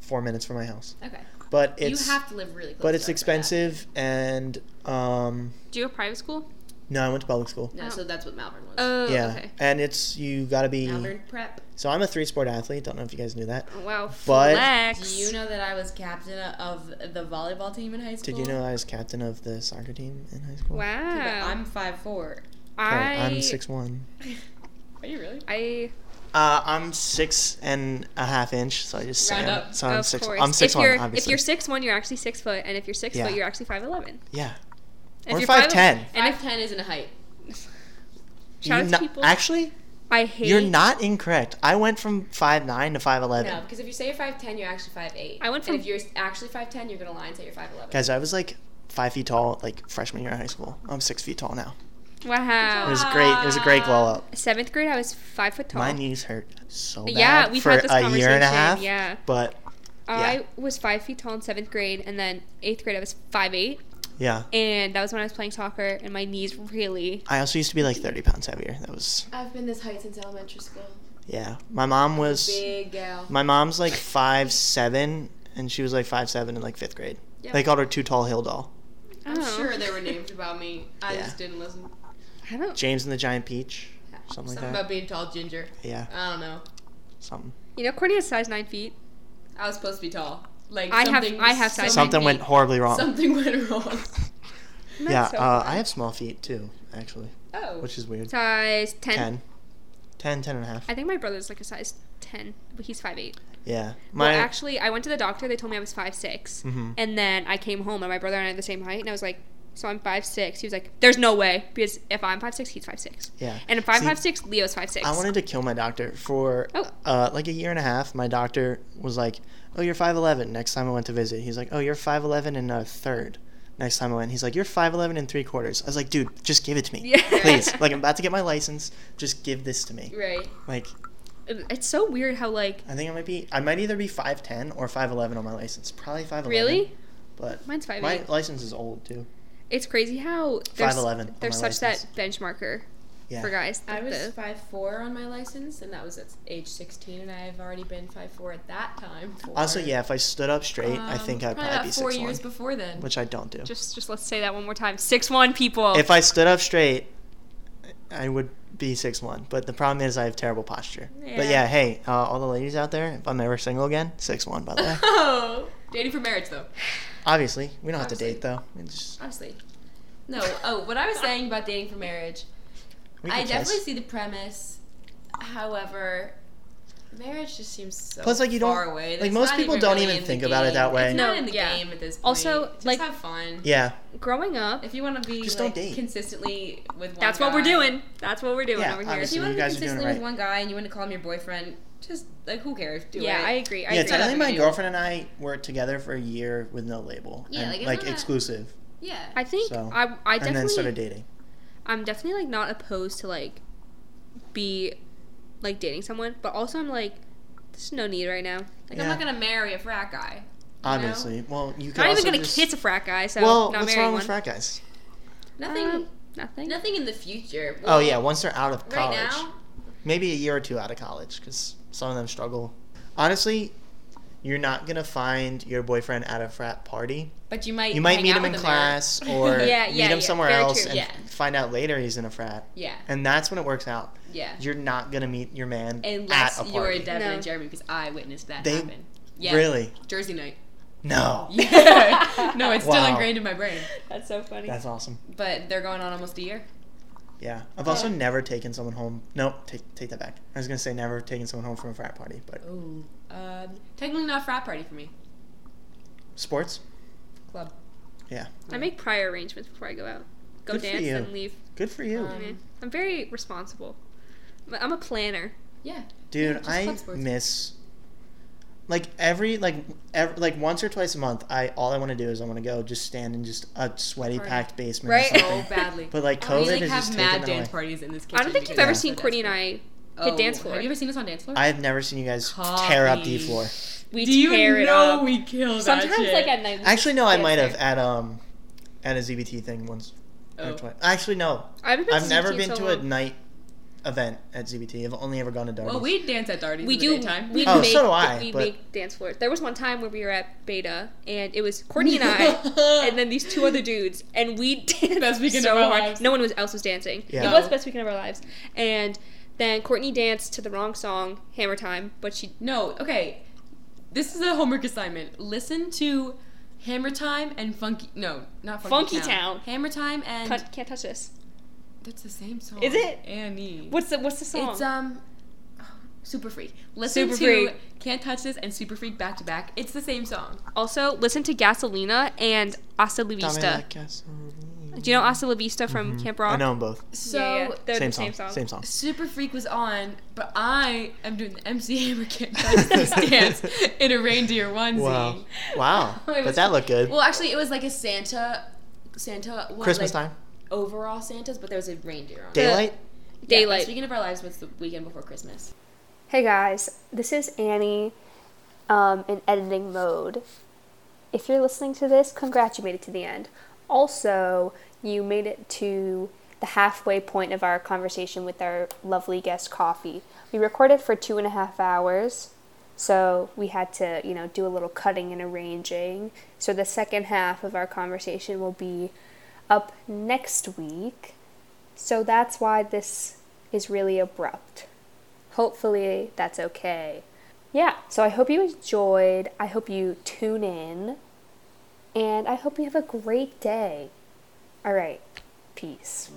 S2: four minutes from my house,
S1: Okay.
S2: but it's
S1: you have to live really close.
S2: but
S1: to
S2: it's
S1: us for
S2: expensive and um
S3: Do you have private school?
S2: no, I went to public school.
S1: that. No, so that's what Malvern was.
S3: Oh,
S2: yeah,
S3: okay.
S2: and it's you gotta be.
S1: Malvern prep.
S2: So I'm a three sport athlete. Don't know if you guys knew that.
S3: Oh, Wow,
S2: But-
S1: Do
S3: flex.
S1: you know that I was captain of the volleyball team in high school?
S2: Did you know I was captain of the soccer team in high school?
S3: Wow.
S1: I'm five four.
S2: Sorry,
S3: I,
S2: I'm six one.
S1: Are you really?
S3: I
S2: Uh, I'm six and a half inch, so I just say
S1: Round
S2: I'm,
S1: up.
S2: so I'm
S3: of
S2: six.
S3: course.
S2: I'm six
S3: if
S2: one,
S3: you're if
S2: obviously.
S3: you're six one, you're actually six foot, and if you're six
S2: Yeah.
S3: foot, you're actually five eleven.
S2: yeah,
S3: If
S2: or
S3: you're
S2: five ten.
S1: Five ten isn't a height.
S3: Shout out to people.
S2: Actually,
S3: I hate.
S2: You're not incorrect. I went from five nine to five eleven.
S4: No, because if you say you're five ten, you're actually five eight.
S3: I went
S4: And if
S3: from-
S4: you're actually five ten, you're gonna lie and say you're five eleven.
S2: Guys, I was like five feet tall like freshman year of high school. I'm six feet tall now. It
S3: Wow.
S2: was great. It was a great glow up.
S3: Seventh grade, I was five foot tall.
S2: My knees hurt so bad
S3: Yeah, we've
S2: for
S3: had this
S2: a year and a
S3: conversation,
S2: half.
S3: yeah.
S2: But
S3: I
S2: yeah.
S3: was five feet tall in seventh grade, and then eighth grade, I was five eight,
S2: yeah,
S3: and that was when I was playing soccer, and my knees really.
S2: I also used to be like 30 pounds heavier. That was
S3: Uh,
S1: I've been this height since elementary school.
S2: yeah. My mom was
S1: Big gal.
S2: my mom's like five seven, and she was like five seven in like fifth grade.
S1: Yeah.
S2: They called her Too Tall Hill Doll.
S1: I'm
S3: Oh.
S1: sure there were names about me. I
S2: Yeah.
S1: just didn't listen.
S3: I don't.
S2: James and the Giant Peach, something
S1: Something
S2: like
S1: about
S2: that.
S1: being tall ginger.
S2: Yeah,
S1: I don't know.
S2: something.
S3: You know, Courtney has size nine feet.
S1: I was supposed to be tall. Like
S3: I have-
S1: something,
S3: I have size
S1: some-
S2: Something went horribly wrong.
S1: Something [laughs] went wrong.
S3: [laughs] Isn't that
S2: [laughs] yeah,
S3: so
S2: uh,
S3: fun?
S2: I have small feet too, actually,
S1: Oh.
S2: which is weird.
S3: size 10.
S2: 10. 10, 10 and a half.
S3: I think my brother's like a size ten, but he's five eight.
S2: Yeah. My
S3: Well, actually, I went to the doctor. They told me I was five six,
S2: Mhm.
S3: and then I came home and my brother and I are the same height, and I was like, "So I'm five six. He was like, "There's no way because if I'm five six, he's five six,
S2: yeah.
S3: and if I'm
S2: See,
S3: five six, Leo's five six.
S2: I wanted to kill my doctor for
S3: Oh.
S2: uh, like a year and a half. My doctor was like, "Oh, you're 5'11." Next time I went to visit, he's like, "Oh, you're 5'11 and a third." Next time I went, he's like, "You're 5'11 and three quarters." I was like, "Dude, just give it to me,
S3: Yeah.
S2: please." Like I'm about to get my license, just give this to me.
S1: Right.
S2: Like
S3: It- It's so weird how like
S2: I think I might be, I might either be 5'10 or 5'11 on my license. Probably 5'11.
S3: really
S2: But
S3: mine's five
S2: my
S3: eight.
S2: license is old too.
S3: It's crazy how there's
S2: 5'11" on
S3: there's
S2: my
S3: such that benchmarker
S2: Yeah.
S3: for guys.
S1: I
S3: like
S1: was
S3: the-
S1: five four on my license, and that was at age 16, and I've already been five four at that time. For,
S2: Also, yeah, if I stood up straight, I
S1: um,
S2: think I'd probably,
S1: about
S2: be
S1: four
S2: six
S1: years
S2: one,
S1: before then. [laughs]
S2: which I don't do.
S3: just just let's say that one more time. Six one people.
S2: If I stood up straight, I would be six one. But the problem is I have terrible posture. But
S3: Yeah.
S2: yeah, hey, uh, all the ladies out there, if I'm ever single again, six one. By
S1: [laughs]
S2: the way,
S1: oh, dating for marriage though.
S2: obviously we don't have to
S1: Obviously.
S2: date though. We just
S1: Honestly, no. Oh, what I was saying about dating for marriage,
S2: we
S1: I
S2: can
S1: definitely
S2: kiss.
S1: see the premise. However, marriage just seems so
S2: Plus, like, you don't-
S1: far away.
S2: like,
S1: It's
S2: most
S1: not
S2: people don't
S1: really
S2: even
S1: in the
S2: think about it
S1: game.
S2: that way.
S1: It's not
S3: No,
S1: in the
S3: yeah.
S1: game at this point.
S3: Also,
S1: just
S3: like-
S1: have fun.
S2: Yeah,
S3: Growing up,
S1: If you want to be
S2: Just
S1: like,
S2: don't date.
S1: consistently with one
S3: that's what we're
S1: guy-
S3: doing. That's what we're doing
S2: Yeah,
S3: over here.
S1: If
S2: obviously.
S1: you want to
S2: you
S1: be
S2: guys are doing it
S1: consistently
S2: right.
S1: with one guy and you want to call him your boyfriend, just like who cares? Do
S3: yeah,
S1: it.
S3: I agree. I
S2: yeah.
S3: agree.
S2: Technically,
S1: Not a
S2: my
S1: big
S2: girlfriend and I were together for a year with no label.
S1: Yeah,
S2: and,
S1: like, it's
S2: like
S1: not that-
S2: exclusive,
S1: yeah.
S3: I think
S2: So,
S3: I I
S2: and then
S3: definitely
S2: started dating.
S3: I'm definitely like not opposed to like be like dating someone, but also I'm like there's no need right now.
S1: Like
S2: Yeah.
S1: I'm not gonna marry a frat guy.
S2: Obviously, well, you could
S3: I'm not
S2: also
S3: even gonna
S2: just-
S3: kiss a frat guy, so
S2: Well,
S3: not
S2: what's
S3: marrying
S2: wrong
S3: one.
S2: with frat guys?
S1: Nothing.
S3: Um, Nothing.
S1: nothing in the future.
S2: Oh yeah, once they're out of
S1: Right
S2: college.
S1: now,
S2: maybe a year or two out of college because some of them struggle. Honestly, you're not gonna find your boyfriend at a frat party.
S1: but you might
S2: You might
S1: hang
S2: meet
S1: out
S2: him in
S1: with there.
S2: class or
S3: Yeah,
S2: meet
S3: yeah, yeah,
S2: him somewhere
S3: very
S2: else
S3: true.
S2: and
S1: Yeah.
S2: find out later he's in a frat.
S1: Yeah,
S2: And that's when it works out.
S1: yeah.
S2: You're not gonna meet your man
S1: Unless
S2: at a
S1: you were
S2: party.
S1: Devin
S3: No.
S1: and Jeremy, because I witnessed that
S2: They-
S1: happen. Yeah,
S2: Really?
S1: Jersey night.
S2: No.
S1: Yeah. [laughs] no, it's still
S2: Wow.
S1: ingrained in my brain.
S3: That's so funny.
S2: That's awesome.
S1: But they're going on almost a year.
S2: Yeah. I've also never taken someone home. No, take take that back. I was gonna say never taken someone home from a frat party, but
S1: Ooh. Um, technically not frat party for me.
S2: sports.
S1: Club.
S3: I make prior arrangements before I go out. Go
S2: Good for
S3: dance
S2: you.
S3: and leave.
S2: Good for you,
S1: Um,
S3: Mhm. I'm very responsible. But I'm a planner.
S1: Yeah.
S2: [laughs] dude.
S1: just
S2: I
S1: club sports.
S2: miss like every like ev like once or twice a month i all i want to do is i want to go just stand in just a sweaty
S1: Party.
S2: packed basement
S3: Right.
S1: So
S2: or something
S1: Oh, badly.
S2: but like
S1: we
S2: covid
S1: like
S2: is
S1: have
S2: just
S1: mad
S2: taking
S1: dance
S2: it away
S1: parties in this kitchen.
S3: I don't think you've
S1: because
S3: ever
S1: we're
S3: seen
S1: so
S3: Courtney and
S1: desperate.
S3: Oh, I. hit dance floor.
S1: Have you ever seen us on dance floor?
S2: i've never seen you guys tear up d floor
S3: we
S1: Do you
S3: tear it
S1: know
S3: up.
S1: we kill that
S3: Sometimes
S1: shit?
S3: like at night. we
S2: actually no
S3: just
S2: i
S3: dance
S2: might have
S3: there.
S2: at um at a zbt thing once or
S1: Oh.
S2: twice actually no
S3: I haven't been
S2: i've
S3: to
S2: never
S3: ZBT in
S2: been
S3: so
S2: to a
S3: long.
S2: night event at zbt i've only ever gone to dark
S1: Well, Oh, we dance at Darty's.
S3: We
S1: in
S3: do.
S1: The daytime.
S3: [laughs] We
S2: Oh,
S3: make,
S2: so do I,
S3: We
S2: but-
S3: make dance floors. There was one time where we were at Beta, and it was Courtney and I, [laughs] and then these two other dudes, and we [laughs] danced
S1: Best weekend
S3: so
S1: of our
S3: hard.
S1: lives.
S3: No one was else was dancing.
S2: Yeah.
S3: It was
S1: No.
S3: best weekend of our lives, and then Courtney danced to the wrong song, Hammer Time, but she
S1: No, okay. This is a homework assignment. Listen to Hammer Time and Funky. No, not Funky,
S3: Funky Town.
S1: Hammer Time and
S3: cut, can't touch this.
S1: that's the same song.
S3: Is it?
S1: Annie?
S3: What's the what's the song?
S1: It's um, Super Freak. Listen
S3: Super
S1: to
S3: Freak.
S1: Can't Touch This and Super Freak back to back. It's the same song.
S3: also, listen to Gasolina and Hasta la Vista.
S2: Dominic Gasolina.
S1: Do you know Hasta La Vista from
S2: Mhm.
S1: Camp Rock?
S2: I know them both.
S4: So
S1: yeah, yeah. They're
S2: Same,
S1: the same
S2: song.
S1: song.
S2: Same song.
S4: Super Freak was on, but I am doing the MC [laughs] Hammer Camp Justice dance in a reindeer onesie.
S2: Wow.
S1: [laughs]
S2: Wow.
S4: It
S2: but
S4: was-
S2: that looked good.
S4: [laughs] Well, actually, it was like a Santa, Santa what,
S2: Christmas
S4: like,
S2: time.
S4: overall Santas, but there was a reindeer on. it.
S2: Daylight.
S4: Yeah,
S1: Daylight.
S4: speaking of our lives, was the weekend before Christmas.
S3: Hey guys, this is Annie um, in editing mode. If you're listening to this, congrats, you made it to the end. Also, you made it to the halfway point of our conversation with our lovely guest, Coffee. We recorded for two and a half hours, so we had to, you know, do a little cutting and arranging. So the second half of our conversation will be up next week. So that's why this is really abrupt. Hopefully, that's okay. Yeah, so I hope you enjoyed. I hope you tune in. And I hope you have a great day. All right, peace.